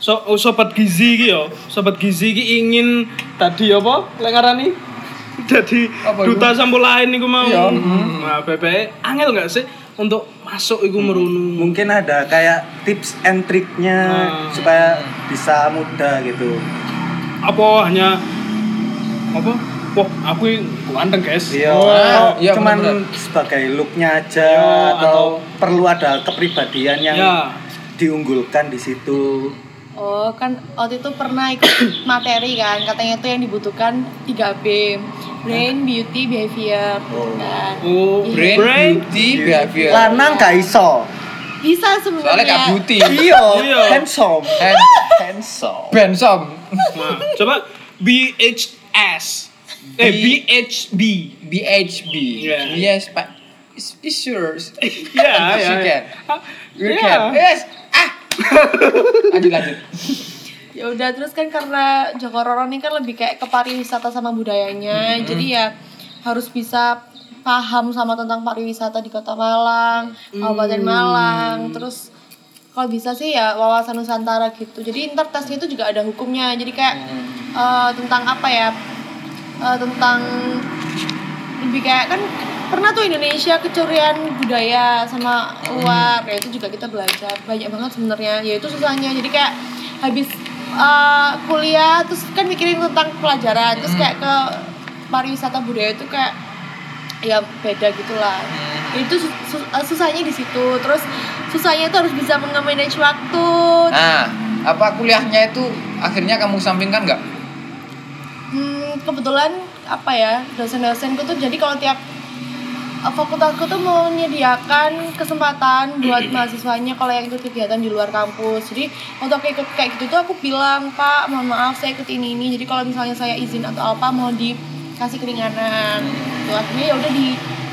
Speaker 1: so, oh, sobat gizi iki yo sobat gizi iki ingin tadi apa lek ngarani jadi
Speaker 2: Apa
Speaker 1: duta sampo lain niku mau
Speaker 2: Iya.
Speaker 1: nah bebe angel nggak sih untuk masuk iku
Speaker 2: Hmm.
Speaker 1: merunung
Speaker 3: Mungkin ada kayak tips and triknya
Speaker 1: Hmm.
Speaker 3: supaya bisa mudah gitu.
Speaker 1: apa hanya apa wah aku ini ganteng guys
Speaker 3: Iya,
Speaker 2: Oh,
Speaker 3: atau
Speaker 2: iya,
Speaker 3: cuman
Speaker 2: bener-bener.
Speaker 3: sebagai looknya aja
Speaker 1: Iya,
Speaker 3: atau, perlu ada kepribadian yang
Speaker 1: Ya.
Speaker 3: diunggulkan di situ.
Speaker 4: Oh kan waktu itu pernah ikut materi kan katanya itu yang dibutuhkan 3B brain beauty behavior gitu
Speaker 3: Oh.
Speaker 4: kan
Speaker 1: oh
Speaker 2: Brain,
Speaker 1: brain
Speaker 2: beauty, behavior.
Speaker 3: Lanang gak iso.
Speaker 4: bisa
Speaker 2: Soalnya
Speaker 4: sebenarnya
Speaker 2: gak beauty.
Speaker 3: Iya,
Speaker 1: Iya.
Speaker 3: handsome.
Speaker 2: And
Speaker 3: Handsome.
Speaker 2: bensom.
Speaker 1: nah, coba BHS eh
Speaker 2: B-
Speaker 1: BHB
Speaker 2: BHB.
Speaker 1: Yeah.
Speaker 2: Yes, but it's, it's yours.
Speaker 1: ya
Speaker 2: Yes,
Speaker 1: ya
Speaker 2: you
Speaker 1: ya.
Speaker 2: can. You
Speaker 1: Yeah.
Speaker 2: can. Yes. Ah. lanjut lanjut.
Speaker 4: ya udah terus kan karena Joko Roro ini kan lebih kayak ke pariwisata sama budayanya jadi ya harus bisa paham sama tentang pariwisata di Kota Malang,
Speaker 2: Mm.
Speaker 4: Kabupaten Malang, terus kalau bisa sih ya wawasan Nusantara gitu. Jadi ntar tesnya itu juga ada hukumnya. Jadi kayak
Speaker 2: Mm.
Speaker 4: eh, tentang apa ya? Eh, tentang lebih kayak kan pernah tuh Indonesia kecurian budaya sama luar ya itu juga kita belajar banyak banget sebenarnya ya itu susahnya jadi kayak habis eh, kuliah terus kan mikirin tentang pelajaran terus kayak ke pariwisata budaya itu kayak ya beda gitulah itu sus- sus- eh, susahnya di situ terus susahnya itu harus bisa menge-manage waktu
Speaker 2: Nah, apa kuliahnya itu akhirnya kamu sampingkan nggak?
Speaker 4: Hmm, kebetulan apa ya dosen-dosenku tuh jadi kalau tiap eh, fakultasku tuh menyediakan kesempatan buat mahasiswanya kalau yang ikut kegiatan di luar kampus. Jadi untuk aku ikut kayak gitu tuh aku bilang Pak, mohon maaf saya ikut ini ini. Jadi kalau misalnya saya izin atau apa mau dikasih keringanan. Tuh akhirnya ya udah di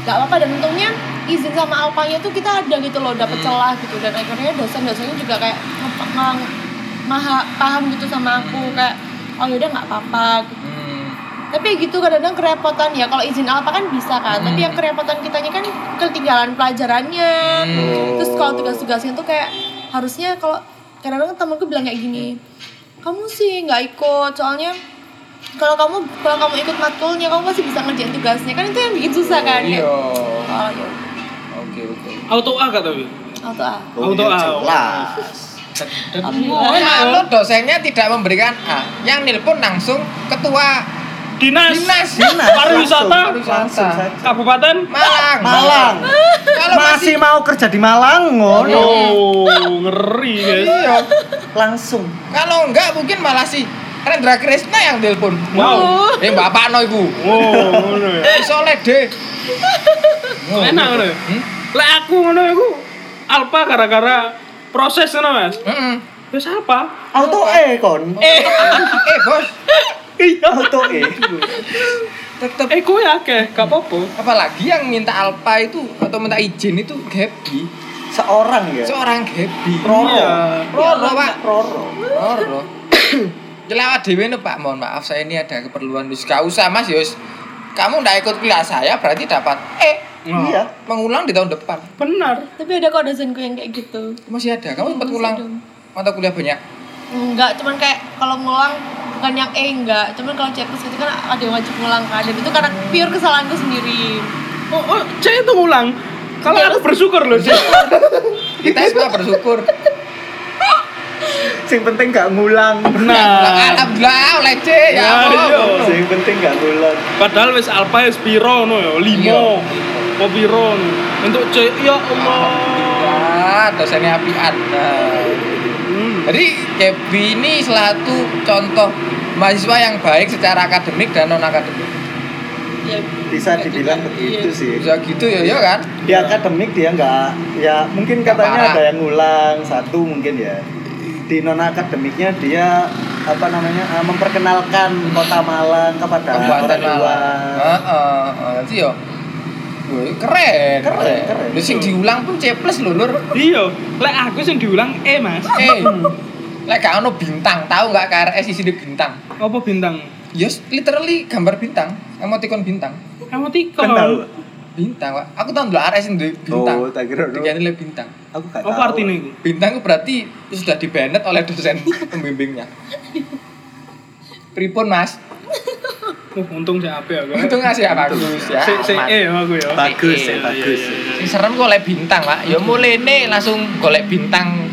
Speaker 4: nggak apa-apa dan untungnya izin sama alpanya tuh kita ada gitu loh dapet celah gitu dan akhirnya dosen-dosennya juga kayak nge- nge- maha paham gitu sama aku kayak oh yaudah nggak apa-apa gitu tapi gitu kadang-kadang kerepotan ya kalau izin apa kan bisa kan tapi yang kerepotan kitanya kan ketinggalan pelajarannya terus kalau tugas-tugasnya tuh kayak harusnya kalau kadang-kadang temanku bilang kayak gini kamu sih nggak ikut soalnya kalau kamu kalau kamu ikut matkulnya kamu masih bisa ngerjain tugasnya kan itu yang bikin susah kan
Speaker 2: iya
Speaker 4: kayak, oh, iya. ah.
Speaker 2: oke oke
Speaker 1: Auto A kata Wi.
Speaker 4: auto A
Speaker 1: Auto
Speaker 3: iya,
Speaker 1: A.
Speaker 3: jelas.
Speaker 2: Oh, kalau dosennya tidak memberikan A, yang nelpon langsung ketua
Speaker 1: Dinas.
Speaker 2: dinas
Speaker 3: Dinas,
Speaker 1: Pariwisata.
Speaker 3: langsung, langsung saja.
Speaker 1: Kabupaten.
Speaker 2: Malang.
Speaker 3: Malang.
Speaker 2: Kalau
Speaker 3: Masih mau kerja di Malang ngono.
Speaker 1: Oh, ngeri guys.
Speaker 2: Iya.
Speaker 3: Langsung.
Speaker 2: Kalau enggak mungkin malah si Rendra Krisna yang nelpon.
Speaker 1: Wow.
Speaker 2: Eh, Bapak no iku.
Speaker 1: Wow, ngono ya.
Speaker 2: Iso lede.
Speaker 1: Enak ngono ya.
Speaker 2: Hmm?
Speaker 1: Lah aku ngono aku alpa gara-gara proses ngono Mas.
Speaker 2: Heeh.
Speaker 1: Wis apa?
Speaker 3: Auto E kon.
Speaker 1: Eh,
Speaker 2: Eh, Bos.
Speaker 1: iya.
Speaker 3: Auto E.
Speaker 2: Tetep
Speaker 1: Eh, kowe akeh, gak apa-apa.
Speaker 2: apalagi yang minta alpa itu atau minta izin itu Gabi.
Speaker 3: Seorang ya.
Speaker 2: Seorang Gabi.
Speaker 3: Roro.
Speaker 1: Iya.
Speaker 2: Roro, Pak. Oh.
Speaker 3: Roro.
Speaker 2: Loro. Jelawat dewe nih Pak, mohon maaf saya ini ada keperluan wis gak usah Mas Yus. Kamu ndak ikut kuliah saya berarti dapat eh
Speaker 1: Nah,
Speaker 3: Iya.
Speaker 2: mengulang di tahun depan.
Speaker 1: Benar.
Speaker 4: tapi ada kok dosenku yang kayak gitu
Speaker 2: Iya, Masih ada. Kamu sempat
Speaker 4: Masih
Speaker 2: ulang
Speaker 4: dong.
Speaker 2: mata kuliah banyak.
Speaker 4: enggak cuman kayak kalau ngulang bukan yang E enggak cuman kalau checklist itu kan ada yang wajib ngulang kan dan itu karena pure kesalahanku sendiri
Speaker 1: Oh, oh C itu ngulang. Kalau aku bersyukur loh, C.
Speaker 2: Kita semua bersyukur.
Speaker 3: Sing penting gak ngulang.
Speaker 1: Nah,
Speaker 2: Alhamdulillah oleh C ya.
Speaker 1: Ya,
Speaker 2: Allah.
Speaker 1: iya.
Speaker 3: Sing penting gak ngulang.
Speaker 1: padahal wis alfa wis piro ngono ya,
Speaker 2: Iya.
Speaker 1: 5. Apa piro ngono. Untuk C ya Allah.
Speaker 2: Alhamdulillah, dosennya api Anda.
Speaker 1: Hmm.
Speaker 2: Jadi Gabi ini salah satu contoh mahasiswa yang baik secara akademik dan non akademik.
Speaker 4: ya
Speaker 3: Bisa
Speaker 2: Iya.
Speaker 3: dibilang begitu sih.
Speaker 2: Bisa gitu ya, ya kan?
Speaker 3: Di akademik dia nggak ya mungkin
Speaker 2: Nggak parah.
Speaker 3: katanya ada yang ngulang satu mungkin ya. Di non akademiknya dia apa namanya eh, memperkenalkan kota Malang kepada
Speaker 2: pembuatan
Speaker 3: orang luar.
Speaker 2: malam. Heeh, nanti yo. Wih, keren,
Speaker 3: Keren, keren.
Speaker 2: Lu sing diulang pun C plus lho, Lur.
Speaker 1: Iya, lek aku sing diulang E, Mas.
Speaker 2: Eh.
Speaker 3: Hmm.
Speaker 2: Lek gak ono bintang, tahu nggak KRS isi di bintang?
Speaker 1: Apa bintang?
Speaker 2: Yes, literally gambar bintang, emoticon bintang.
Speaker 1: Emoticon.
Speaker 3: Kenal.
Speaker 2: Bintang, Pak. Aku tahu ndelok RS di bintang.
Speaker 3: Oh, tak kira.
Speaker 2: Dikira oleh bintang.
Speaker 3: Aku gak
Speaker 2: Oh,
Speaker 3: tahu.
Speaker 1: Apa artinya itu?
Speaker 2: Bintang itu berarti sudah dibanet oleh dosen pembimbingnya. Pripun, Mas?
Speaker 1: Oh, untung sih ape aku.
Speaker 2: Untung ngasih ya, bagus ya.
Speaker 1: Sik sik
Speaker 2: aman.
Speaker 1: E aku ya.
Speaker 3: Bagus
Speaker 2: Iya,
Speaker 3: ya, bagus.
Speaker 2: Sing serem kok oleh bintang, Pak. Ya mulene langsung golek bintang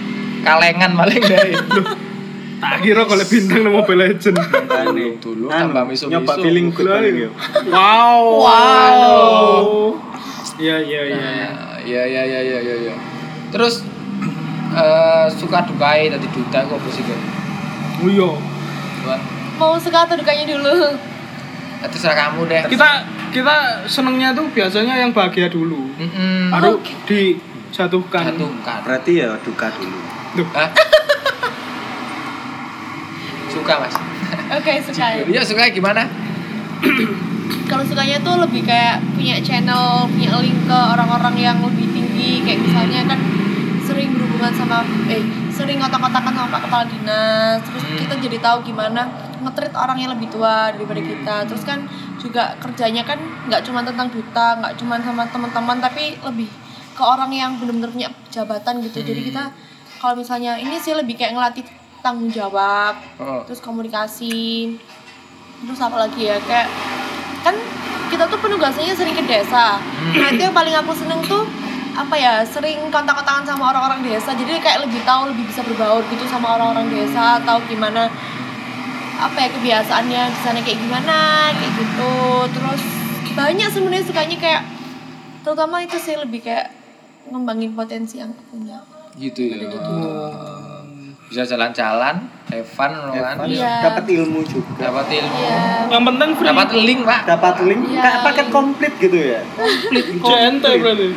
Speaker 2: kalengan paling dari dulu.
Speaker 1: Tak kira kalau bintang nang Mobile Legend.
Speaker 3: Anu,
Speaker 2: Dulu
Speaker 3: anu,
Speaker 2: tambah Ah, miso-miso.
Speaker 3: Nyoba feeling good
Speaker 1: Lah,
Speaker 3: paling
Speaker 1: iya.
Speaker 3: yo.
Speaker 1: Wow.
Speaker 2: Wow.
Speaker 1: Iya iya iya. iya.
Speaker 2: Nah, ya ya ya ya ya ya. Terus eh suka dukai tadi duta kok apa sih Gem?
Speaker 1: Oh iya.
Speaker 2: Tuan,
Speaker 4: mau suka atau dukanya dulu
Speaker 2: eh, terserah kamu deh.
Speaker 1: Kita kita senengnya tuh biasanya yang bahagia dulu.
Speaker 2: Mm-mm.
Speaker 1: Baru dijatuhkan.
Speaker 2: Jatuhkan.
Speaker 3: Berarti ya duka dulu.
Speaker 2: Hah? suka mas.
Speaker 4: oke suka
Speaker 2: Iya suka gimana?
Speaker 4: kalau sukanya tuh lebih kayak punya channel punya link ke orang-orang yang lebih tinggi kayak misalnya kan sering berhubungan sama eh sering otak-otakan sama pak kepala dinas terus
Speaker 2: Hmm.
Speaker 4: kita jadi tahu gimana ngetrit orang yang lebih tua daripada
Speaker 2: Hmm.
Speaker 4: kita terus kan juga kerjanya kan nggak cuma tentang duta nggak cuma sama teman-teman tapi lebih ke orang yang benar-benar punya jabatan gitu jadi
Speaker 2: Hmm.
Speaker 4: kita kalau misalnya ini sih lebih kayak ngelatih tanggung jawab
Speaker 2: Oh.
Speaker 4: terus komunikasi terus apa lagi ya kayak kan kita tuh penugasannya sering ke desa nah itu yang paling aku seneng tuh apa ya sering kontak-kontakan sama orang-orang desa jadi kayak lebih tahu lebih bisa berbaur gitu sama orang-orang desa atau gimana apa ya kebiasaannya di sana kayak gimana kayak gitu terus banyak sebenarnya sukanya kayak terutama itu sih lebih kayak ngembangin potensi yang aku punya
Speaker 2: Gitu ya. Bisa jalan-jalan, have fun, kan?
Speaker 4: Iya.
Speaker 3: Dapat ilmu juga.
Speaker 2: Dapat ilmu.
Speaker 4: iya
Speaker 1: Yang penting free.
Speaker 2: Dapat link pak.
Speaker 3: Dapat link,
Speaker 4: Iya.
Speaker 3: kayak paket komplit gitu ya.
Speaker 1: Komplit. JNT berarti.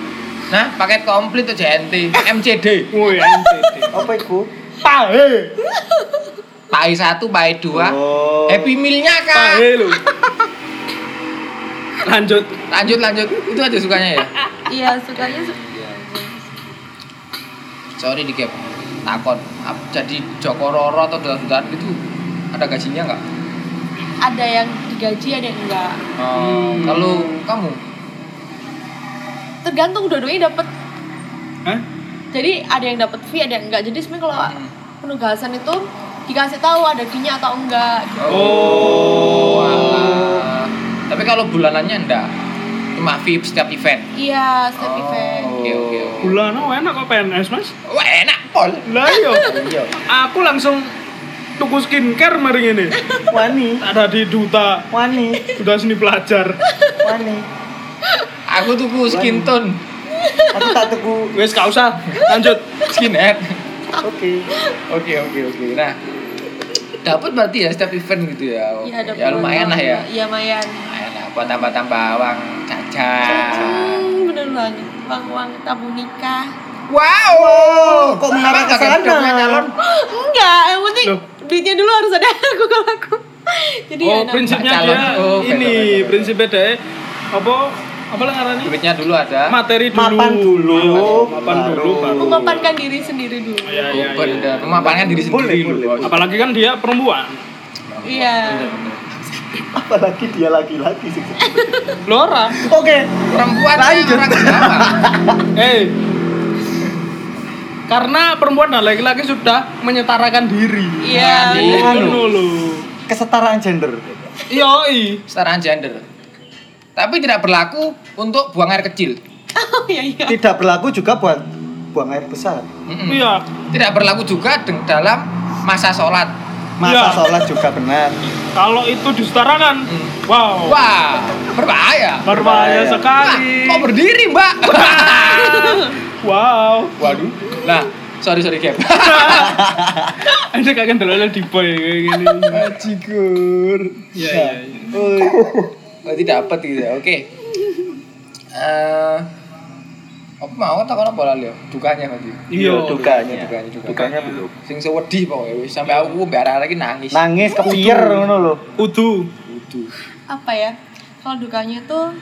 Speaker 2: Nah paket komplit tuh JNT, MCD.
Speaker 1: Woi, NCT.
Speaker 3: Apa itu?
Speaker 1: Pahe.
Speaker 2: Pai satu, pai dua.
Speaker 3: Oh.
Speaker 2: Happy mealnya kak.
Speaker 1: Pahe eh, lu. Lanjut.
Speaker 2: lanjut lanjut itu aja sukanya ya
Speaker 4: iya sukanya su-
Speaker 2: sorry di gap takon Ap- jadi Joko Roro atau dalam itu ada gajinya nggak
Speaker 4: ada yang digaji ada yang enggak
Speaker 2: Oh,
Speaker 1: Hmm.
Speaker 2: kalau kamu
Speaker 4: tergantung dua-duanya dapat
Speaker 1: Hah?
Speaker 4: jadi ada yang dapat fee ada yang enggak jadi sebenarnya kalau
Speaker 2: Hmm.
Speaker 4: penugasan itu dikasih tahu ada fee-nya atau enggak gitu.
Speaker 2: Oh, alah. Tapi kalau bulanannya enggak. Cuma VIP setiap event. Oh,
Speaker 4: iya step event
Speaker 2: Oke, oke. oke.
Speaker 1: Bulan oh enak kok PNS mas.
Speaker 2: Wah, enak, Pol.
Speaker 1: Lah yo,
Speaker 2: Iya.
Speaker 1: aku langsung tuku skincare mari ini.
Speaker 3: Wani,
Speaker 1: Ada di duta,
Speaker 3: wani,
Speaker 1: sudah seni pelajar.
Speaker 3: wani.
Speaker 2: Aku tuku skin tone,
Speaker 3: Aku tak teguh.
Speaker 1: Wes gak usah, lanjut.
Speaker 2: skinhead.
Speaker 3: Oke.
Speaker 2: Oke, oke, oke. Nah, dapat berarti ya setiap event gitu ya.
Speaker 4: iya ada
Speaker 2: ya lumayan lah ya.
Speaker 4: iya lumayan
Speaker 2: Lumayan lah buat tambah-tambah uang Nah. jajan.
Speaker 4: hmm, bener banget uang uang tabung nikah
Speaker 2: Wow.
Speaker 3: kok mengarah ke
Speaker 2: Kakak
Speaker 3: sana?
Speaker 2: udah punya calon?
Speaker 4: enggak yang penting
Speaker 1: Loh.
Speaker 4: duitnya dulu harus ada aku kalau aku jadi ya,
Speaker 1: Oh
Speaker 4: enak.
Speaker 1: prinsipnya
Speaker 2: Calon.
Speaker 1: dia
Speaker 2: Oh, beda, beda,
Speaker 1: ini
Speaker 2: beda.
Speaker 1: prinsipnya dia apa apa lah ngarani?
Speaker 2: Duitnya dulu ada.
Speaker 1: Materi dulu.
Speaker 3: Mapan dulu,
Speaker 1: Mapan dulu.
Speaker 3: baru.
Speaker 1: baru.
Speaker 4: memapankan diri sendiri dulu
Speaker 1: Iya iya. iya.
Speaker 2: Oh, bener. Memapankan diri
Speaker 3: Boleh,
Speaker 2: sendiri
Speaker 3: boleh,
Speaker 2: dulu.
Speaker 3: boleh.
Speaker 1: Apalagi kan dia perempuan.
Speaker 4: iya
Speaker 3: Apalagi dia laki-laki ya sih.
Speaker 1: Lora.
Speaker 3: Oke.
Speaker 2: Perempuan
Speaker 3: Lanjut.
Speaker 2: orang Jawa.
Speaker 1: Eh. Karena perempuan dan laki-laki sudah menyetarakan diri.
Speaker 4: iya
Speaker 2: Iya.
Speaker 1: Ngono lho.
Speaker 3: Kesetaraan gender.
Speaker 1: Yoi.
Speaker 2: Setaraan gender. Tapi tidak berlaku untuk buang air kecil.
Speaker 4: oh iya iya
Speaker 3: Tidak berlaku juga buat buang air besar.
Speaker 2: Mm-mm.
Speaker 1: Iya.
Speaker 2: Tidak berlaku juga deng- dalam masa sholat.
Speaker 3: Masa
Speaker 1: Iya.
Speaker 3: sholat juga benar.
Speaker 1: Kalau itu disetarakan,
Speaker 2: Hmm.
Speaker 1: wow.
Speaker 2: Wah, berbahaya.
Speaker 1: Berbahaya
Speaker 3: Berbahaya.
Speaker 2: Mbak,
Speaker 1: sekali.
Speaker 2: kok berdiri, Mbak?
Speaker 1: Wow.
Speaker 2: Waduh. Nah, sorry sorry Gap.
Speaker 1: Ada kakek kan dulu di boy kayak gini.
Speaker 3: Cikur.
Speaker 1: Iya iya. iya.
Speaker 2: Berarti dapat gitu. ya. Oke. Eh apa mau tak kalau bola lho, dukanya berarti.
Speaker 1: Iya.
Speaker 3: dukanya.
Speaker 2: Dukanya, dukanya.
Speaker 3: Dukanya belum.
Speaker 2: Sing sewedih pokoknya wis sampai aku mbak arah lagi nangis.
Speaker 3: Nangis kepier ngono lho.
Speaker 1: Udu.
Speaker 2: Waduh.
Speaker 4: apa ya kalau dukanya tuh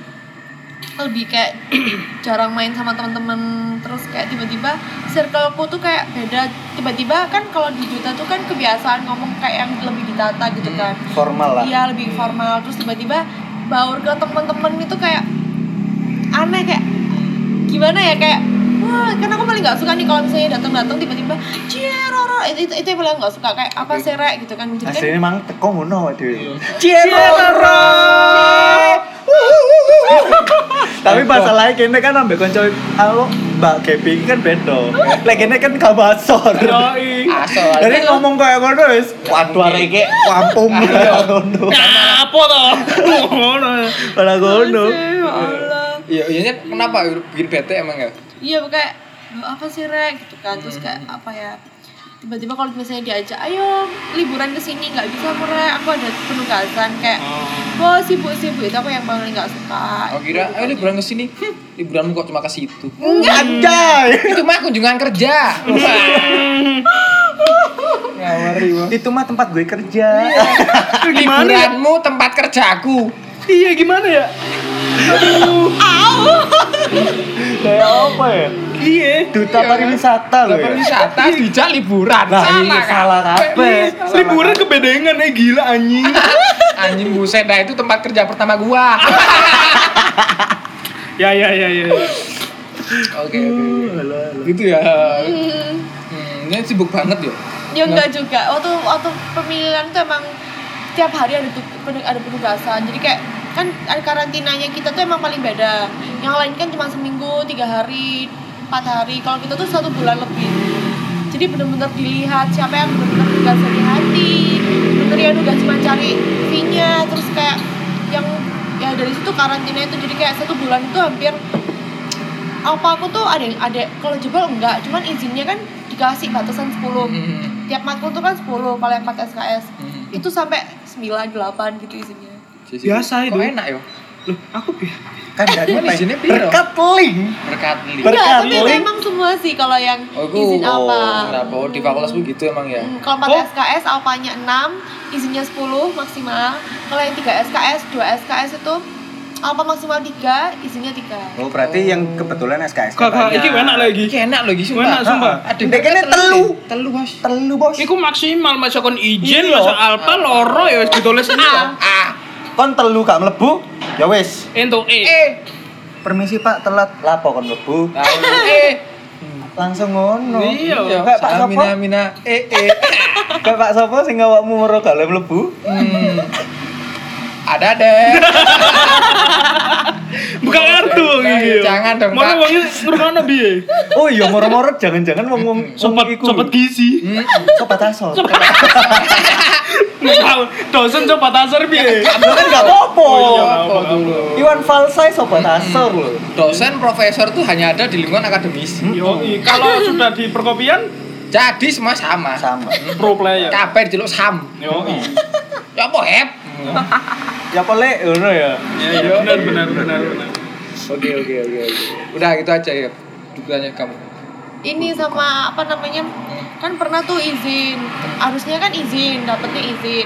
Speaker 4: lebih kayak jarang main sama teman-teman terus kayak tiba-tiba circleku tuh kayak beda tiba-tiba kan kalau di juta tuh kan kebiasaan ngomong kayak yang lebih ditata gitu kan
Speaker 3: Hmm, Formal lah. Hmm.
Speaker 4: iya lebih formal terus tiba-tiba baur ke teman-teman itu kayak aneh kayak gimana ya kayak wah karena aku paling nggak suka nih kalau misalnya datang-datang tiba-tiba cie roro itu, itu itu yang paling nggak suka kayak apa sih rek gitu kan jadi kan
Speaker 3: Aslinya emang teko ngono dhewe.
Speaker 2: Cielo.
Speaker 3: Tapi masalahnya kene kan ambek kanca aku Mbak Geping kan beda. Lek kene kan gak basor.
Speaker 1: Yoi.
Speaker 2: Asal.
Speaker 3: Jadi ngomong kayak ngono wis waduh arek iki kampung ngono.
Speaker 1: Nah, apa toh? Ngono.
Speaker 3: Ora ngono.
Speaker 4: "Cie, ya Allah
Speaker 2: Iya, iya kenapa bikin bete emang ya?
Speaker 4: iya kayak "Loh, apa sih rek gitu kan terus kayak apa ya tiba-tiba kalau misalnya diajak ayo liburan ke sini nggak bisa aku rek aku ada penugasan kayak wah sibuk-sibuk itu aku yang paling nggak suka
Speaker 2: Aku Oh, kira, ayo liburan ke sini. Hm, Liburanmu kok cuma ke situ. Hmm.
Speaker 3: Anjay.
Speaker 2: Itu mah kunjungan kerja. Ngawari, Bang.
Speaker 3: Itu mah tempat gue kerja.
Speaker 1: Itu gimana ya?
Speaker 2: Liburanmu tempat kerjaku.
Speaker 1: Iya gimana ya? Aduh.
Speaker 3: Kayak apa ya?
Speaker 1: Iya.
Speaker 3: Duta
Speaker 2: Iya.
Speaker 3: pariwisata
Speaker 1: Oh,
Speaker 3: loh.
Speaker 2: Lah pariwisata dijak liburan.
Speaker 3: Nah, iya, salah kabeh.
Speaker 1: Liburan kebedengan eh gila anjing.
Speaker 2: Anjing buset dah itu tempat kerja pertama gua.
Speaker 1: Ya ya ya ya. Oh,
Speaker 2: Oke, oke. Gitu ya. Hmm, ini sibuk banget ya.
Speaker 4: ya enggak juga waktu waktu pemilihan tuh emang tiap hari ada tu- penu- ada penugasan jadi kayak kan ada karantinanya kita tuh emang paling beda yang lain kan cuma seminggu tiga hari empat hari kalau kita tuh satu bulan lebih jadi bener-bener dilihat siapa yang bener-bener tugas dari hati bener yang udah cuma cari fee-nya terus kayak yang ya dari situ karantina itu jadi kayak satu bulan itu hampir apa aku tuh ada yang ada kalau jebol enggak cuman izinnya kan dikasih batasan gitu. 10
Speaker 2: Hmm,
Speaker 4: tiap matkul tuh kan 10 kalau yang 4 SKS
Speaker 2: hmm.
Speaker 4: itu sampai 9, 8 gitu isinya
Speaker 1: Biasa itu.
Speaker 2: Kok enak ya?
Speaker 1: Loh, aku bi- ya?
Speaker 3: Kan dari
Speaker 2: Emang izinnya piro?
Speaker 3: berkat link.
Speaker 2: Berkat li.
Speaker 3: Ber-
Speaker 4: enggak
Speaker 3: Berkat
Speaker 4: tapi itu
Speaker 3: link.
Speaker 4: emang semua sih kalau yang
Speaker 2: Oh, iku.
Speaker 4: izin apa
Speaker 2: Kenapa? Oh, di fakultas gitu emang ya.
Speaker 4: Hmm, kalau 4
Speaker 1: Oh.
Speaker 4: SKS alpanya 6 izinnya 10 maksimal kalau yang 3 SKS 2 SKS itu alpa maksimal 3 izinnya 3
Speaker 3: Oh, berarti yang kebetulan SKS.
Speaker 1: Kakak,
Speaker 3: banyak.
Speaker 1: iki enak lagi.
Speaker 2: Iki enak loh iki
Speaker 1: Enak
Speaker 2: sumpah.
Speaker 1: sumpah.
Speaker 2: Ada
Speaker 3: Ndek kene telu.
Speaker 2: Telu, Bos.
Speaker 3: Telu, Bos.
Speaker 1: Iya. Iku maksimal masa kon izin
Speaker 3: Iya.
Speaker 1: masa alpa loro ya wis ditulis A.
Speaker 2: Ah,
Speaker 3: kon telu gak mlebu ya wis
Speaker 1: Ento E.
Speaker 2: eh,
Speaker 3: permisi pak telat lapo kon mlebu
Speaker 2: tahu eh.
Speaker 3: langsung ngono.
Speaker 1: Iya.
Speaker 2: Ya,
Speaker 3: Kayak Pak Sopo.
Speaker 2: Amina Amina.
Speaker 3: Eh eh. Kayak Pak Sopo sing awakmu moro gale mlebu.
Speaker 2: Hmm. Ada deh.
Speaker 1: Buka kartu
Speaker 2: Jangan,
Speaker 1: gitu.
Speaker 2: Nah, ya, jangan dong,
Speaker 1: Mana
Speaker 2: Pak.
Speaker 1: wongnya ngrungokno piye?
Speaker 3: Oh iya moro-moro jangan-jangan wong wong
Speaker 1: Sobat sobat gizi.
Speaker 2: Hmm.
Speaker 3: sobat asor.
Speaker 1: Tahu, Dosen sobat asar
Speaker 2: Ya,
Speaker 1: piye?
Speaker 3: Lo kan gak apa-apa.
Speaker 1: Oh, iya, nggak
Speaker 2: Apa
Speaker 1: apa-apa.
Speaker 2: dulu?
Speaker 3: Iwan Falsai sobat asor lho.
Speaker 2: Dosen profesor tuh hanya ada di lingkungan akademis.
Speaker 1: Yo, kalau sudah di perkopian
Speaker 2: Jadi semua sama.
Speaker 3: Sama.
Speaker 1: pro player.
Speaker 2: Kabeh diceluk sam.
Speaker 1: Yo.
Speaker 2: Ya apa hep?
Speaker 3: Ya boleh ngono ya.
Speaker 1: Iya, benar benar benar benar.
Speaker 3: Oke oke oke oke.
Speaker 2: Udah gitu aja ya. Dukungannya kamu.
Speaker 4: ini sama apa namanya kan pernah tuh izin harusnya kan izin dapetnya izin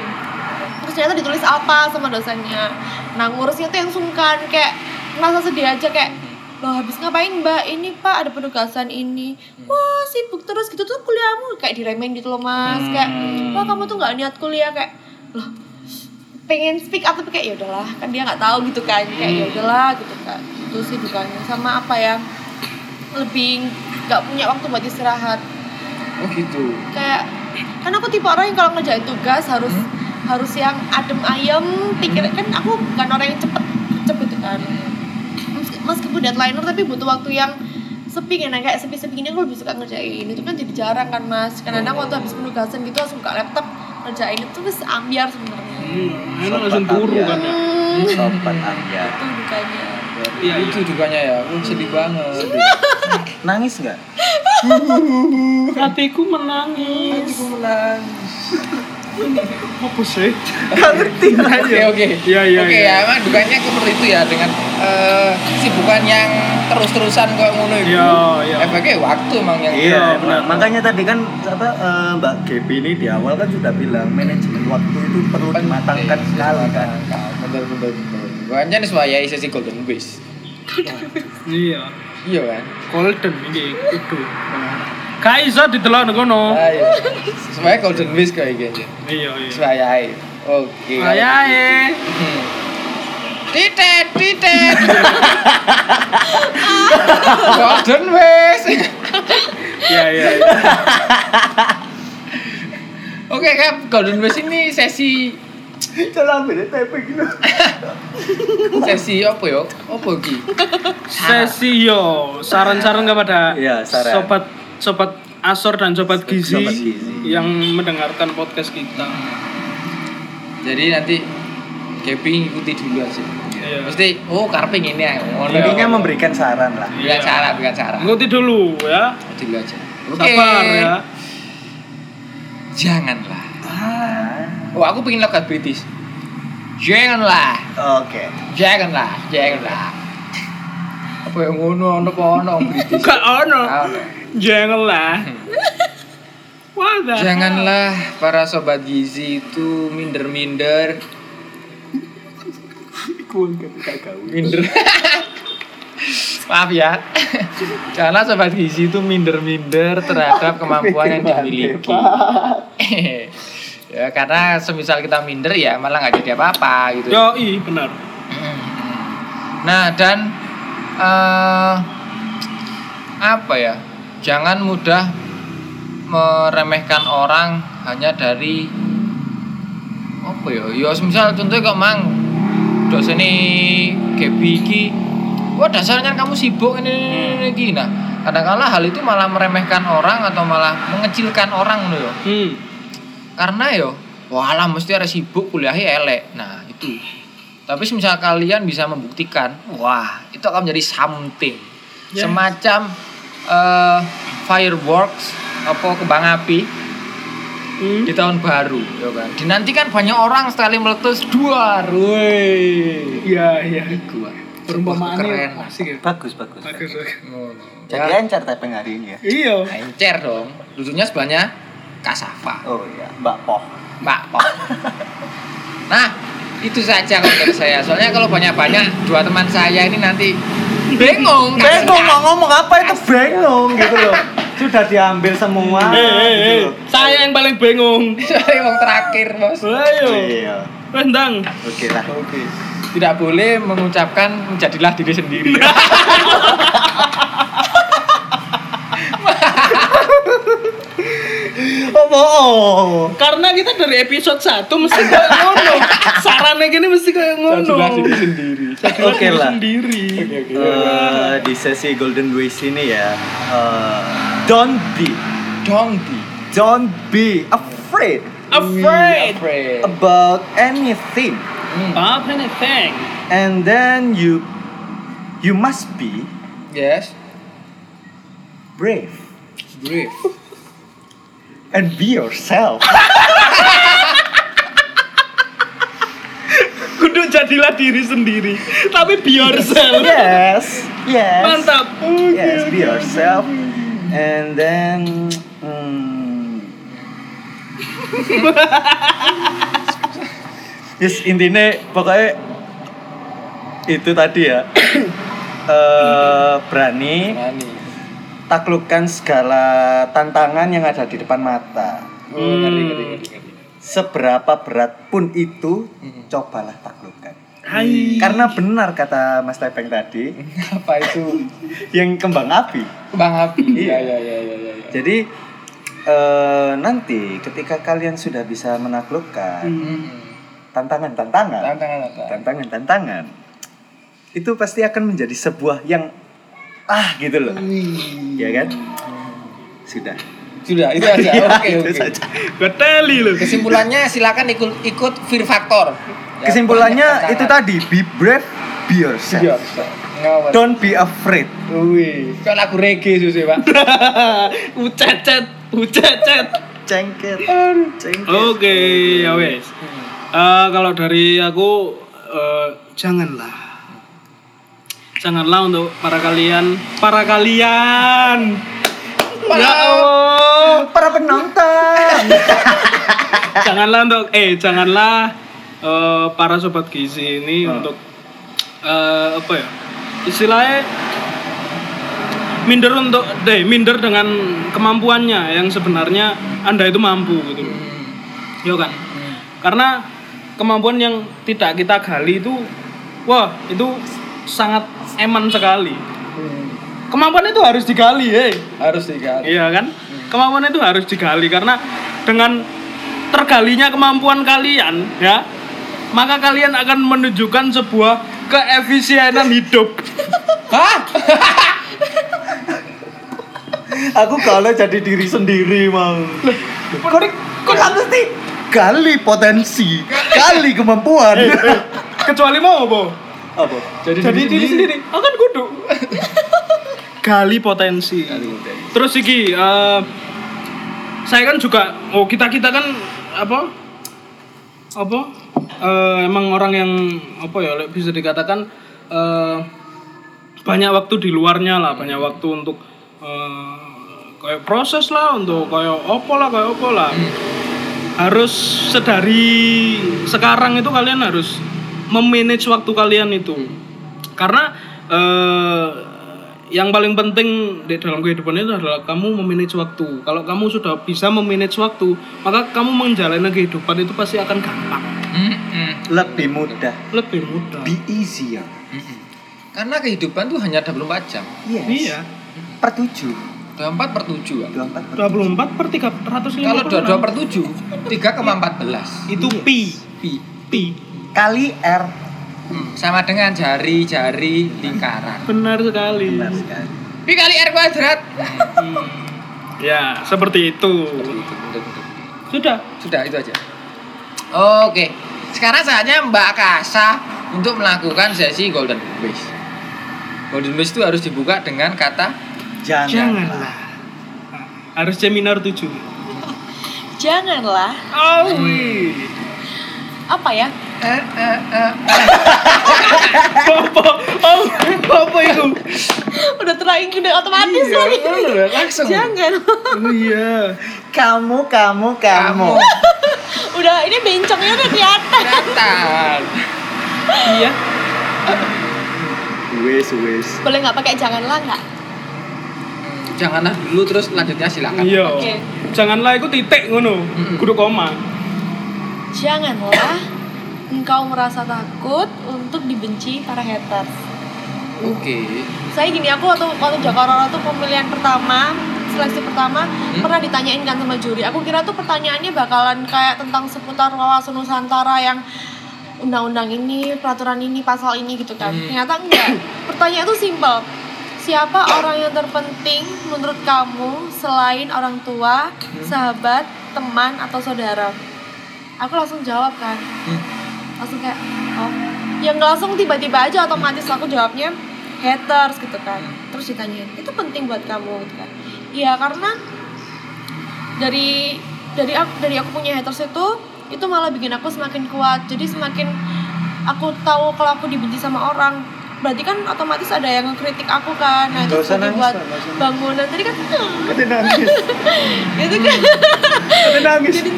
Speaker 4: terus ternyata ditulis apa sama dosennya nah ngurusnya tuh yang sungkan kayak merasa sedih aja kayak loh habis ngapain mbak ini pak ada penugasan ini wah sibuk terus gitu tuh kuliahmu kayak diremehin gitu loh mas kayak wah kamu tuh nggak niat kuliah kayak loh pengen speak up tapi kayak ya udahlah kan dia nggak tahu gitu kan kayak ya udahlah gitu kan itu sih bukannya sama apa ya lebih nggak punya waktu buat istirahat
Speaker 2: Oh gitu.
Speaker 4: kayak kan aku tipe orang yang kalau ngerjain tugas harus
Speaker 2: Hmm?
Speaker 4: harus yang adem ayem pikir kan aku bukan orang yang cepet cepet gitu kan Meski- meskipun deadlineer tapi butuh waktu yang sepi kan kayak sepi-sepi gini aku lebih suka ngerjain itu kan jadi jarang kan mas karena kadang waktu habis
Speaker 2: Oh.
Speaker 4: penugasan gitu langsung buka laptop ngerjain itu terus ambiar sebenarnya
Speaker 1: Hmm, enak langsung turu kan ya.
Speaker 4: hmm,
Speaker 3: Sobat ambiar.
Speaker 4: itu bukannya
Speaker 1: Iya, iya.
Speaker 2: Itu dukungannya ya. Aku sedih banget.
Speaker 3: Nangis nggak?
Speaker 1: Hatiku menangis.
Speaker 2: Aku menangis.
Speaker 1: Apa sih?
Speaker 2: Oke oke.
Speaker 1: Iya, iya,
Speaker 2: Oke
Speaker 1: iya.
Speaker 2: ya, emang dukungannya seperti itu ya dengan eh kesibukan yang terus-terusan kayak ngono itu.
Speaker 1: Iya, iya.
Speaker 2: Efeknya waktu emang yang
Speaker 1: Iya,
Speaker 3: Iya,
Speaker 1: benar.
Speaker 3: benar. Makanya tadi kan apa eh, Mbak Gepi ini di awal kan sudah bilang manajemen waktu itu perlu dimatangkan sekali kan.
Speaker 2: Iya, Bener bener bener. Bukannya nih semuanya sesi golden base.
Speaker 1: Iya.
Speaker 2: Iya kan.
Speaker 1: Golden iki kudu. Gak iso didelok nang kono.
Speaker 2: Ayo. Semuanya golden base kayak gitu.
Speaker 1: Iya, iya.
Speaker 2: Semuanya. Oke.
Speaker 1: Ayae.
Speaker 2: Hmm. Titet, titet. golden base.
Speaker 1: Iya, iya.
Speaker 2: Oke kap, golden base ini sesi
Speaker 3: Jalan beda tapi gitu.
Speaker 2: sesi apa yo? Apa ki?
Speaker 1: Sesi yo, saran-saran kepada
Speaker 3: Iya, saran.
Speaker 1: sobat sobat Asor dan sobat gizi,
Speaker 3: Sobat Gizi.
Speaker 1: yang mendengarkan podcast kita.
Speaker 2: Jadi nanti Kepi ngikuti dulu aja.
Speaker 1: Iya.
Speaker 2: Mesti, oh karpe ini ya. Ngono.
Speaker 3: Intinya memberikan saran lah.
Speaker 2: Bukan cara, bukan cara.
Speaker 1: Ngikuti dulu ya.
Speaker 2: Dulu aja.
Speaker 1: Sabar ya.
Speaker 2: Janganlah. Oh, aku pengen logat British. Janganlah,
Speaker 3: Oke.
Speaker 2: janganlah, janganlah. Apa yang ngono, ono apa ono British?
Speaker 1: Gak ono.
Speaker 2: Ah, ono.
Speaker 1: Janganlah. Wah, dah.
Speaker 2: Janganlah para sobat gizi itu minder-minder,
Speaker 3: Kuan gak gawe.
Speaker 2: minder. Maaf ya. Janganlah sobat gizi itu minder-minder terhadap kemampuan yang dimiliki. ya karena semisal kita minder ya malah nggak jadi apa-apa gitu.
Speaker 1: Yo, i, benar.
Speaker 2: Nah dan eh, apa ya? Jangan mudah meremehkan orang hanya dari apa ya? Ya misal contohnya kok mang dosen ini Gebi iki wah dasarnya kan kamu sibuk ini ini, ini, ini." Nah, kadangkala hal itu malah meremehkan orang atau malah mengecilkan orang gitu loh
Speaker 1: Hmm.
Speaker 2: karena yo walah mesti ada sibuk kuliahnya elek nah itu tapi misal kalian bisa membuktikan wah itu akan menjadi something
Speaker 1: Yes.
Speaker 2: semacam eh, fireworks apa kembang api
Speaker 1: Hmm.
Speaker 2: di tahun baru ya kan dinantikan banyak orang sekali meletus dua woi
Speaker 1: Iya, iya.
Speaker 2: gua
Speaker 1: Perumpamaannya
Speaker 2: keren
Speaker 1: asik ya.
Speaker 3: Bagus bagus.
Speaker 1: Bagus, bagus. kan-
Speaker 3: Jadi
Speaker 2: jadi
Speaker 3: encer tapi hari ini ya.
Speaker 1: Iya.
Speaker 2: Nah, encer dong lucunya sebelahnya kasava
Speaker 3: Oh iya, Mbak Poh.
Speaker 2: Mbak Pok. Nah, itu saja kalau dari saya. Soalnya kalau banyak-banyak dua teman saya ini nanti bingung. kasihan.
Speaker 3: Bengong mau ngomong apa itu bengong gitu loh. Sudah diambil semua.
Speaker 1: Eh, eh,
Speaker 3: gitu
Speaker 1: eh.
Speaker 3: loh.
Speaker 1: Saya yang paling bingung.
Speaker 2: Soalnya wong terakhir, Bos.
Speaker 1: Ayo.
Speaker 3: Iya.
Speaker 1: Wes, Ndang.
Speaker 3: Oke lah.
Speaker 2: Oke. Tidak boleh Iya. mengucapkan menjadilah diri sendiri.
Speaker 3: Oh, bohong.
Speaker 1: Karena kita dari episode 1 mesti kayak ngono. Sarannya gini mesti kayak ngono.
Speaker 2: Sadulah diri sendiri.
Speaker 1: Sadulah
Speaker 3: Oke
Speaker 1: diri
Speaker 3: lah.
Speaker 1: Sendiri.
Speaker 2: Oke, oke.
Speaker 3: Eh, di sesi Golden Ways ini ya, eh, don't be,
Speaker 2: Don't be
Speaker 3: don't be afraid
Speaker 1: Afraid.
Speaker 2: afraid.
Speaker 3: about anything,
Speaker 2: Hmm.
Speaker 1: About anything.
Speaker 3: and then you, you must be
Speaker 2: Yes.
Speaker 3: brave
Speaker 2: Brave.
Speaker 3: and be yourself.
Speaker 1: Kudu jadilah diri sendiri. Tapi be yourself.
Speaker 3: yes, yes.
Speaker 1: Mantap.
Speaker 3: Yes, be yourself, and then. hmm, Yes, intinya pokoknya itu tadi ya. Eh, berani
Speaker 2: Nani.
Speaker 3: taklukkan segala tantangan yang ada di depan mata.
Speaker 2: Oh, ngeri, ngeri, ngeri, ngeri.
Speaker 3: Seberapa berat pun itu,
Speaker 2: Mhm.
Speaker 3: cobalah taklukkan.
Speaker 1: Hai.
Speaker 3: Karena benar kata Mas Tepeng tadi,
Speaker 2: Apa itu?
Speaker 3: yang kembang api
Speaker 2: Bang Api.
Speaker 3: Iya.
Speaker 2: Iya, iya, iya, iya, iya. iya.
Speaker 3: Jadi eh, nanti ketika kalian sudah bisa menaklukkan
Speaker 2: Hmm.
Speaker 3: tantangan-tantangan,
Speaker 2: Tantangan apa?
Speaker 3: tantangan-tantangan, itu pasti akan menjadi sebuah yang ah gitu loh,
Speaker 2: Hmm.
Speaker 3: ya kan? Sudah.
Speaker 2: Sudah, Iya, itu aja.
Speaker 3: Ya,
Speaker 2: Oke,
Speaker 3: itu
Speaker 2: oke.
Speaker 3: saja.
Speaker 1: Beteli lu.
Speaker 2: Kesimpulannya silakan ikut ikut Fear Factor. Ya,
Speaker 3: Kesimpulannya
Speaker 2: banyak
Speaker 3: itu
Speaker 2: tantangan.
Speaker 3: tadi be brave, be yourself.
Speaker 2: Iya. Ngawet.
Speaker 3: Don't be afraid.
Speaker 2: Wih, kan lagu reggae susu, Pak.
Speaker 1: Ucecet, ucecet.
Speaker 3: Cengkir. Cengkir.
Speaker 1: Oke, ya
Speaker 3: Hmm.
Speaker 1: wes. Eh, kalau dari aku eh, janganlah janganlah untuk para kalian para kalian ya Allah
Speaker 3: Para penonton.
Speaker 1: janganlah untuk eh janganlah eh, para sobat gizi ini
Speaker 3: Hmm.
Speaker 1: untuk eh, apa ya istilahnya minder untuk deh minder dengan kemampuannya yang sebenarnya anda itu mampu gitu ya kan karena kemampuan yang tidak kita gali itu wah itu sangat eman sekali kemampuan itu harus digali hei
Speaker 2: Hmm, Harus digali.
Speaker 1: Iya kan? Kemampuan itu harus digali karena dengan tergalinya kemampuan kalian ya, maka kalian akan menunjukkan sebuah keefisienan hidup.
Speaker 2: Hah?
Speaker 3: Aku kalau jadi diri sendiri mau. Kok kok tak mesti gali potensi, gali kemampuan.
Speaker 2: Iya.
Speaker 1: Kecuali mau apa?
Speaker 3: Apa?
Speaker 1: Jadi, diri sendiri. Akan kudu. gali potensi. Terus iki eh, saya kan juga oh kita kita kan apa apa eh, emang orang yang apa ya lek bisa dikatakan eh, banyak waktu di luarnya lah banyak waktu untuk eh, kayak proses lah untuk kayak opo lah kayak opo lah harus sedari sekarang itu kalian harus memanage waktu kalian itu karena eh, yang paling penting di dalam kehidupan itu adalah kamu memanage waktu kalau kamu sudah bisa memanage waktu maka kamu menjalani kehidupan itu pasti akan gampang
Speaker 3: Lebih mudah,
Speaker 1: lebih mudah
Speaker 3: be easier.
Speaker 2: Karena kehidupan tuh hanya 24 jam.
Speaker 3: Yes.
Speaker 1: iya
Speaker 3: Per tujuh.
Speaker 2: 24 per 7 kan.
Speaker 3: 24 per
Speaker 1: 24 per 356
Speaker 2: Kalau 22 per 7, 3 ke 14.
Speaker 1: itu pi
Speaker 2: Pi.
Speaker 1: pi
Speaker 3: kali R.
Speaker 2: Hmm, Sama dengan jari-jari lingkaran.
Speaker 1: benar sekali
Speaker 3: Benar sekali.
Speaker 2: Pi kali R kuadrat.
Speaker 1: ya seperti itu sudah
Speaker 2: Hmm. Sudah, itu aja. Oke. Sekarang saatnya Mbak Kasa untuk melakukan sesi Golden Ways. Golden Ways itu harus dibuka dengan kata
Speaker 3: Jangan.
Speaker 1: janganlah harus seminar 7
Speaker 4: Janganlah
Speaker 1: oh
Speaker 4: apa ya?
Speaker 2: eh, eh, eh.
Speaker 1: Popo, oh, popo itu.
Speaker 4: Udah terakhir udah otomatis
Speaker 2: Iya,
Speaker 4: lagi.
Speaker 2: bener, langsung.
Speaker 4: Jangan.
Speaker 1: Oh iya.
Speaker 3: Kamu, kamu, kamu.
Speaker 4: Udah ini bencongnya udah kelihatan.
Speaker 2: Kelihatan.
Speaker 1: Iya.
Speaker 3: Wes, wes.
Speaker 4: Boleh nggak pakai janganlah nggak?
Speaker 2: Janganlah dulu terus lanjutnya silakan.
Speaker 1: Iya.
Speaker 4: Oke.
Speaker 1: Janganlah iku titik ngono.
Speaker 2: Mm-mm.
Speaker 1: Kudu koma.
Speaker 4: Janganlah engkau merasa takut untuk dibenci para haters.
Speaker 2: Oke.
Speaker 4: Saya gini aku waktu waktu Jakarta tuh pemilihan pertama seleksi pertama pernah ditanyain kan sama juri. Aku kira tuh pertanyaannya bakalan kayak tentang seputar wawasan Nusantara yang undang-undang ini, peraturan ini, pasal ini gitu kan. Ternyata enggak. Pertanyaan tuh simple. Siapa orang yang terpenting menurut kamu selain orang tua, sahabat, teman atau saudara? Aku langsung jawab kan. Langsung kayak oh, yang langsung tiba-tiba aja otomatis aku jawabnya haters gitu kan.
Speaker 3: Hmm.
Speaker 4: Terus ditanyain, "Itu penting buat kamu?" gitu kan. Iya, karena dari dari aku dari aku punya haters itu itu malah bikin aku semakin kuat jadi semakin aku tahu kalau aku dibenci sama orang berarti kan otomatis ada yang ngekritik aku kan nah itu
Speaker 3: Nggak usah nangis,
Speaker 4: buat
Speaker 3: Mbak, nggak usah nangis.
Speaker 4: bangunan tadi kan
Speaker 3: Kata nangis,
Speaker 4: gitu kan
Speaker 3: kata nangis.
Speaker 4: jadi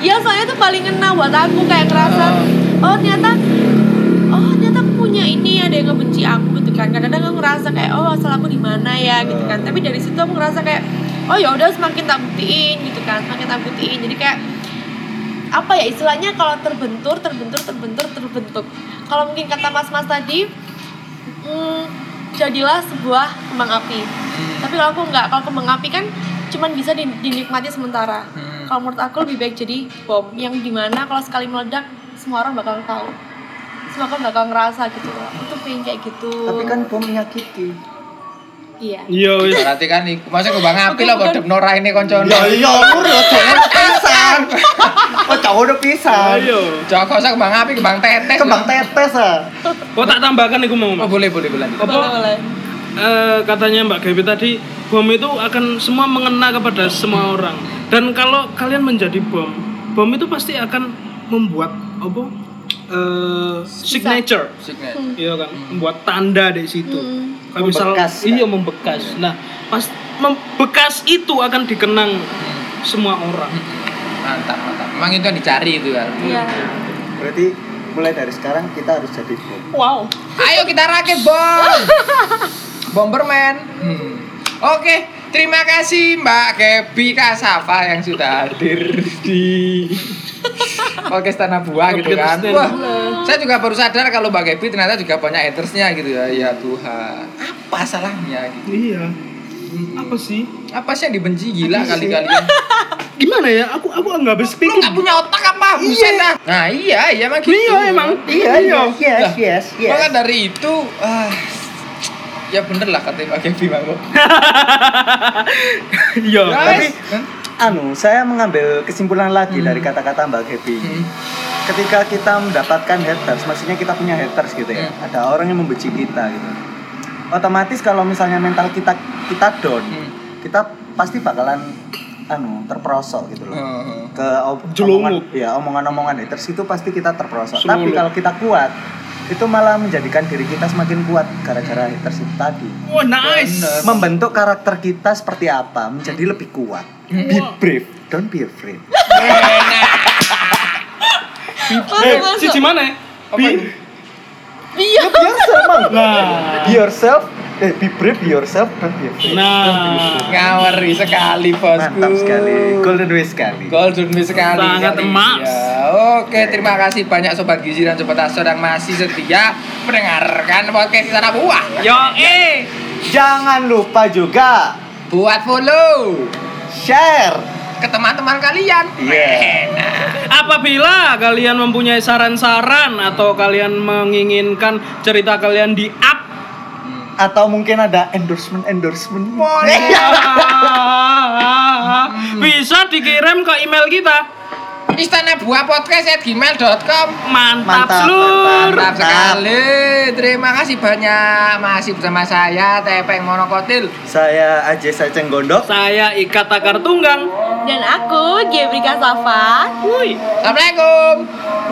Speaker 4: ya soalnya itu paling ngena buat aku kayak ngerasa oh ternyata oh ternyata aku punya ini ya, ada yang ngebenci aku gitu kan kadang-kadang aku ngerasa kayak oh asal aku di mana ya gitu kan tapi dari situ aku ngerasa kayak oh ya udah semakin tak buktiin gitu kan semakin tak buktiin jadi kayak apa ya istilahnya kalau terbentur terbentur terbentur terbentuk kalau mungkin kata mas-mas tadi mm, jadilah sebuah kembang api tapi kalau aku nggak kalau kembang api kan cuman bisa din- dinikmati sementara
Speaker 2: Hmm.
Speaker 4: kalau menurut aku lebih baik jadi bom yang dimana kalau sekali meledak semua orang bakal tahu semua orang bakal ngerasa gitu loh itu pengen kayak gitu
Speaker 3: Tapi kan bom menyakiti.
Speaker 4: iya
Speaker 1: Iya wis.
Speaker 2: Berarti kan iku masa kembang api lah kok depno raine
Speaker 3: Ya
Speaker 2: kancane.
Speaker 3: iya, aku udah ngono pisan. Oh, tak ngono pisan.
Speaker 1: Ayo.
Speaker 2: Joko sak kembang api kembang tetes.
Speaker 3: Kembang tetes ah.
Speaker 1: Oh tak tambahkan iku mau.
Speaker 2: Oh,
Speaker 1: Mas.
Speaker 2: boleh boleh boleh.
Speaker 1: Apa?
Speaker 4: boleh boleh
Speaker 1: Eh, katanya Mbak Gaby tadi bom itu akan semua mengena kepada semua orang. Dan kalau kalian menjadi bom, bom itu pasti akan membuat apa? Eh, signature.
Speaker 2: Signet.
Speaker 1: Iya kan, membuat tanda di situ. Kayak misal
Speaker 3: Membekas, kan?
Speaker 1: iya membekas. Nah, pas membekas itu akan dikenang semua orang.
Speaker 2: Mantap mantap. Memang itu yang dicari itu kan.
Speaker 4: iya
Speaker 3: Berarti mulai dari sekarang kita harus jadi bom.
Speaker 4: wow
Speaker 2: Ayo kita rakit bom. Bomberman. Hmm. Oke, terima kasih Mbak Kebi Kasafa yang sudah hadir di podcast Tanah Buah gitu kan.
Speaker 1: Podcast Tanah
Speaker 2: Wah, saya juga baru sadar kalau Mbak Kebi ternyata juga banyak hatersnya gitu ya. Ya Tuhan, apa salahnya gitu.
Speaker 1: Iya.
Speaker 2: Hmm.
Speaker 1: Apa sih?
Speaker 2: Apa sih yang dibenci gila kali kalian?
Speaker 1: Gimana ya? Aku aku nggak habis
Speaker 2: Lu
Speaker 1: pikir.
Speaker 2: nggak punya otak apa? Buset dah. Nah iya, iya emang gitu.
Speaker 1: Iya emang.
Speaker 3: Iya, iya, yes,
Speaker 2: Lah,
Speaker 3: yes, yes.
Speaker 2: Maka dari itu, ah, ya bener lah kata Pak Kevi Bang.
Speaker 1: Iya.
Speaker 2: Tapi,
Speaker 3: Anu, saya mengambil kesimpulan lagi dari kata-kata Mbak Gaby. Ketika kita mendapatkan haters, maksudnya kita punya haters gitu ya.
Speaker 2: Hmm.
Speaker 3: Ada orang yang membenci kita gitu. Otomatis kalau misalnya mental kita kita down, kita pasti bakalan anu terperosok gitu loh. ke om-
Speaker 1: Jelunguk.
Speaker 3: omongan- ya omongan-omongan haters itu pasti kita terperosok tapi
Speaker 1: Seluluk.
Speaker 3: kalau kita kuat itu malah menjadikan diri kita semakin kuat gara-gara haters itu tadi
Speaker 1: Wah, Oh, nice.
Speaker 2: Bener.
Speaker 3: membentuk karakter kita seperti apa menjadi lebih kuat be brave don't be afraid
Speaker 1: Eh,
Speaker 4: masuk
Speaker 3: Iya.
Speaker 1: si
Speaker 4: masuk
Speaker 1: gimana ya? Bi.
Speaker 4: iya
Speaker 3: be yourself Mang.
Speaker 1: Nah.
Speaker 3: be yourself eh, be brave be yourself don't be afraid
Speaker 1: Nah.
Speaker 2: Ngawari sekali bosku.
Speaker 3: mantap sekali golden way sekali
Speaker 2: Golden Miss sekali.
Speaker 1: Sangat
Speaker 2: sekali.
Speaker 1: emas.
Speaker 2: Ya, oke, terima kasih banyak sobat gizi dan sobat aso yang masih setia mendengarkan podcast di sana buah.
Speaker 1: Yo eh.
Speaker 3: jangan lupa juga
Speaker 2: Buat follow
Speaker 3: share
Speaker 2: ke teman-teman kalian.
Speaker 3: Iya.
Speaker 1: Apabila kalian mempunyai saran-saran atau kalian menginginkan cerita kalian di up
Speaker 3: atau mungkin ada endorsement endorsement
Speaker 2: Boleh.
Speaker 3: Iya.
Speaker 1: bisa dikirim ke email kita.
Speaker 2: Istana buah podcast at gmail.com.
Speaker 1: Mantap,
Speaker 3: Mantap,
Speaker 1: Slur.
Speaker 2: Mantap
Speaker 3: Mantap.
Speaker 2: sekali. Terima kasih banyak. Masih bersama saya Tepeng Monokotil.
Speaker 3: saya Ajay Saceng Gondok
Speaker 1: Saya Ika Takar Tunggang.
Speaker 4: dan aku Gebrika Safa
Speaker 1: Wuih.
Speaker 2: Assalamualaikum.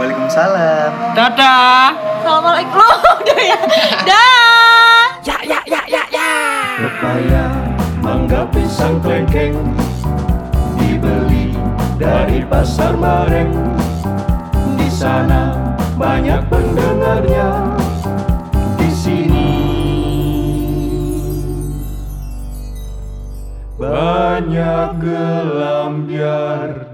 Speaker 3: Waalaikumsalam
Speaker 1: Dadah.
Speaker 4: Assalamualaikum udah ya dah
Speaker 5: pepaya, mangga, pisang, klengkeng dibeli dari pasar bareng. Di sana banyak pendengarnya. Di sini banyak gelam biar.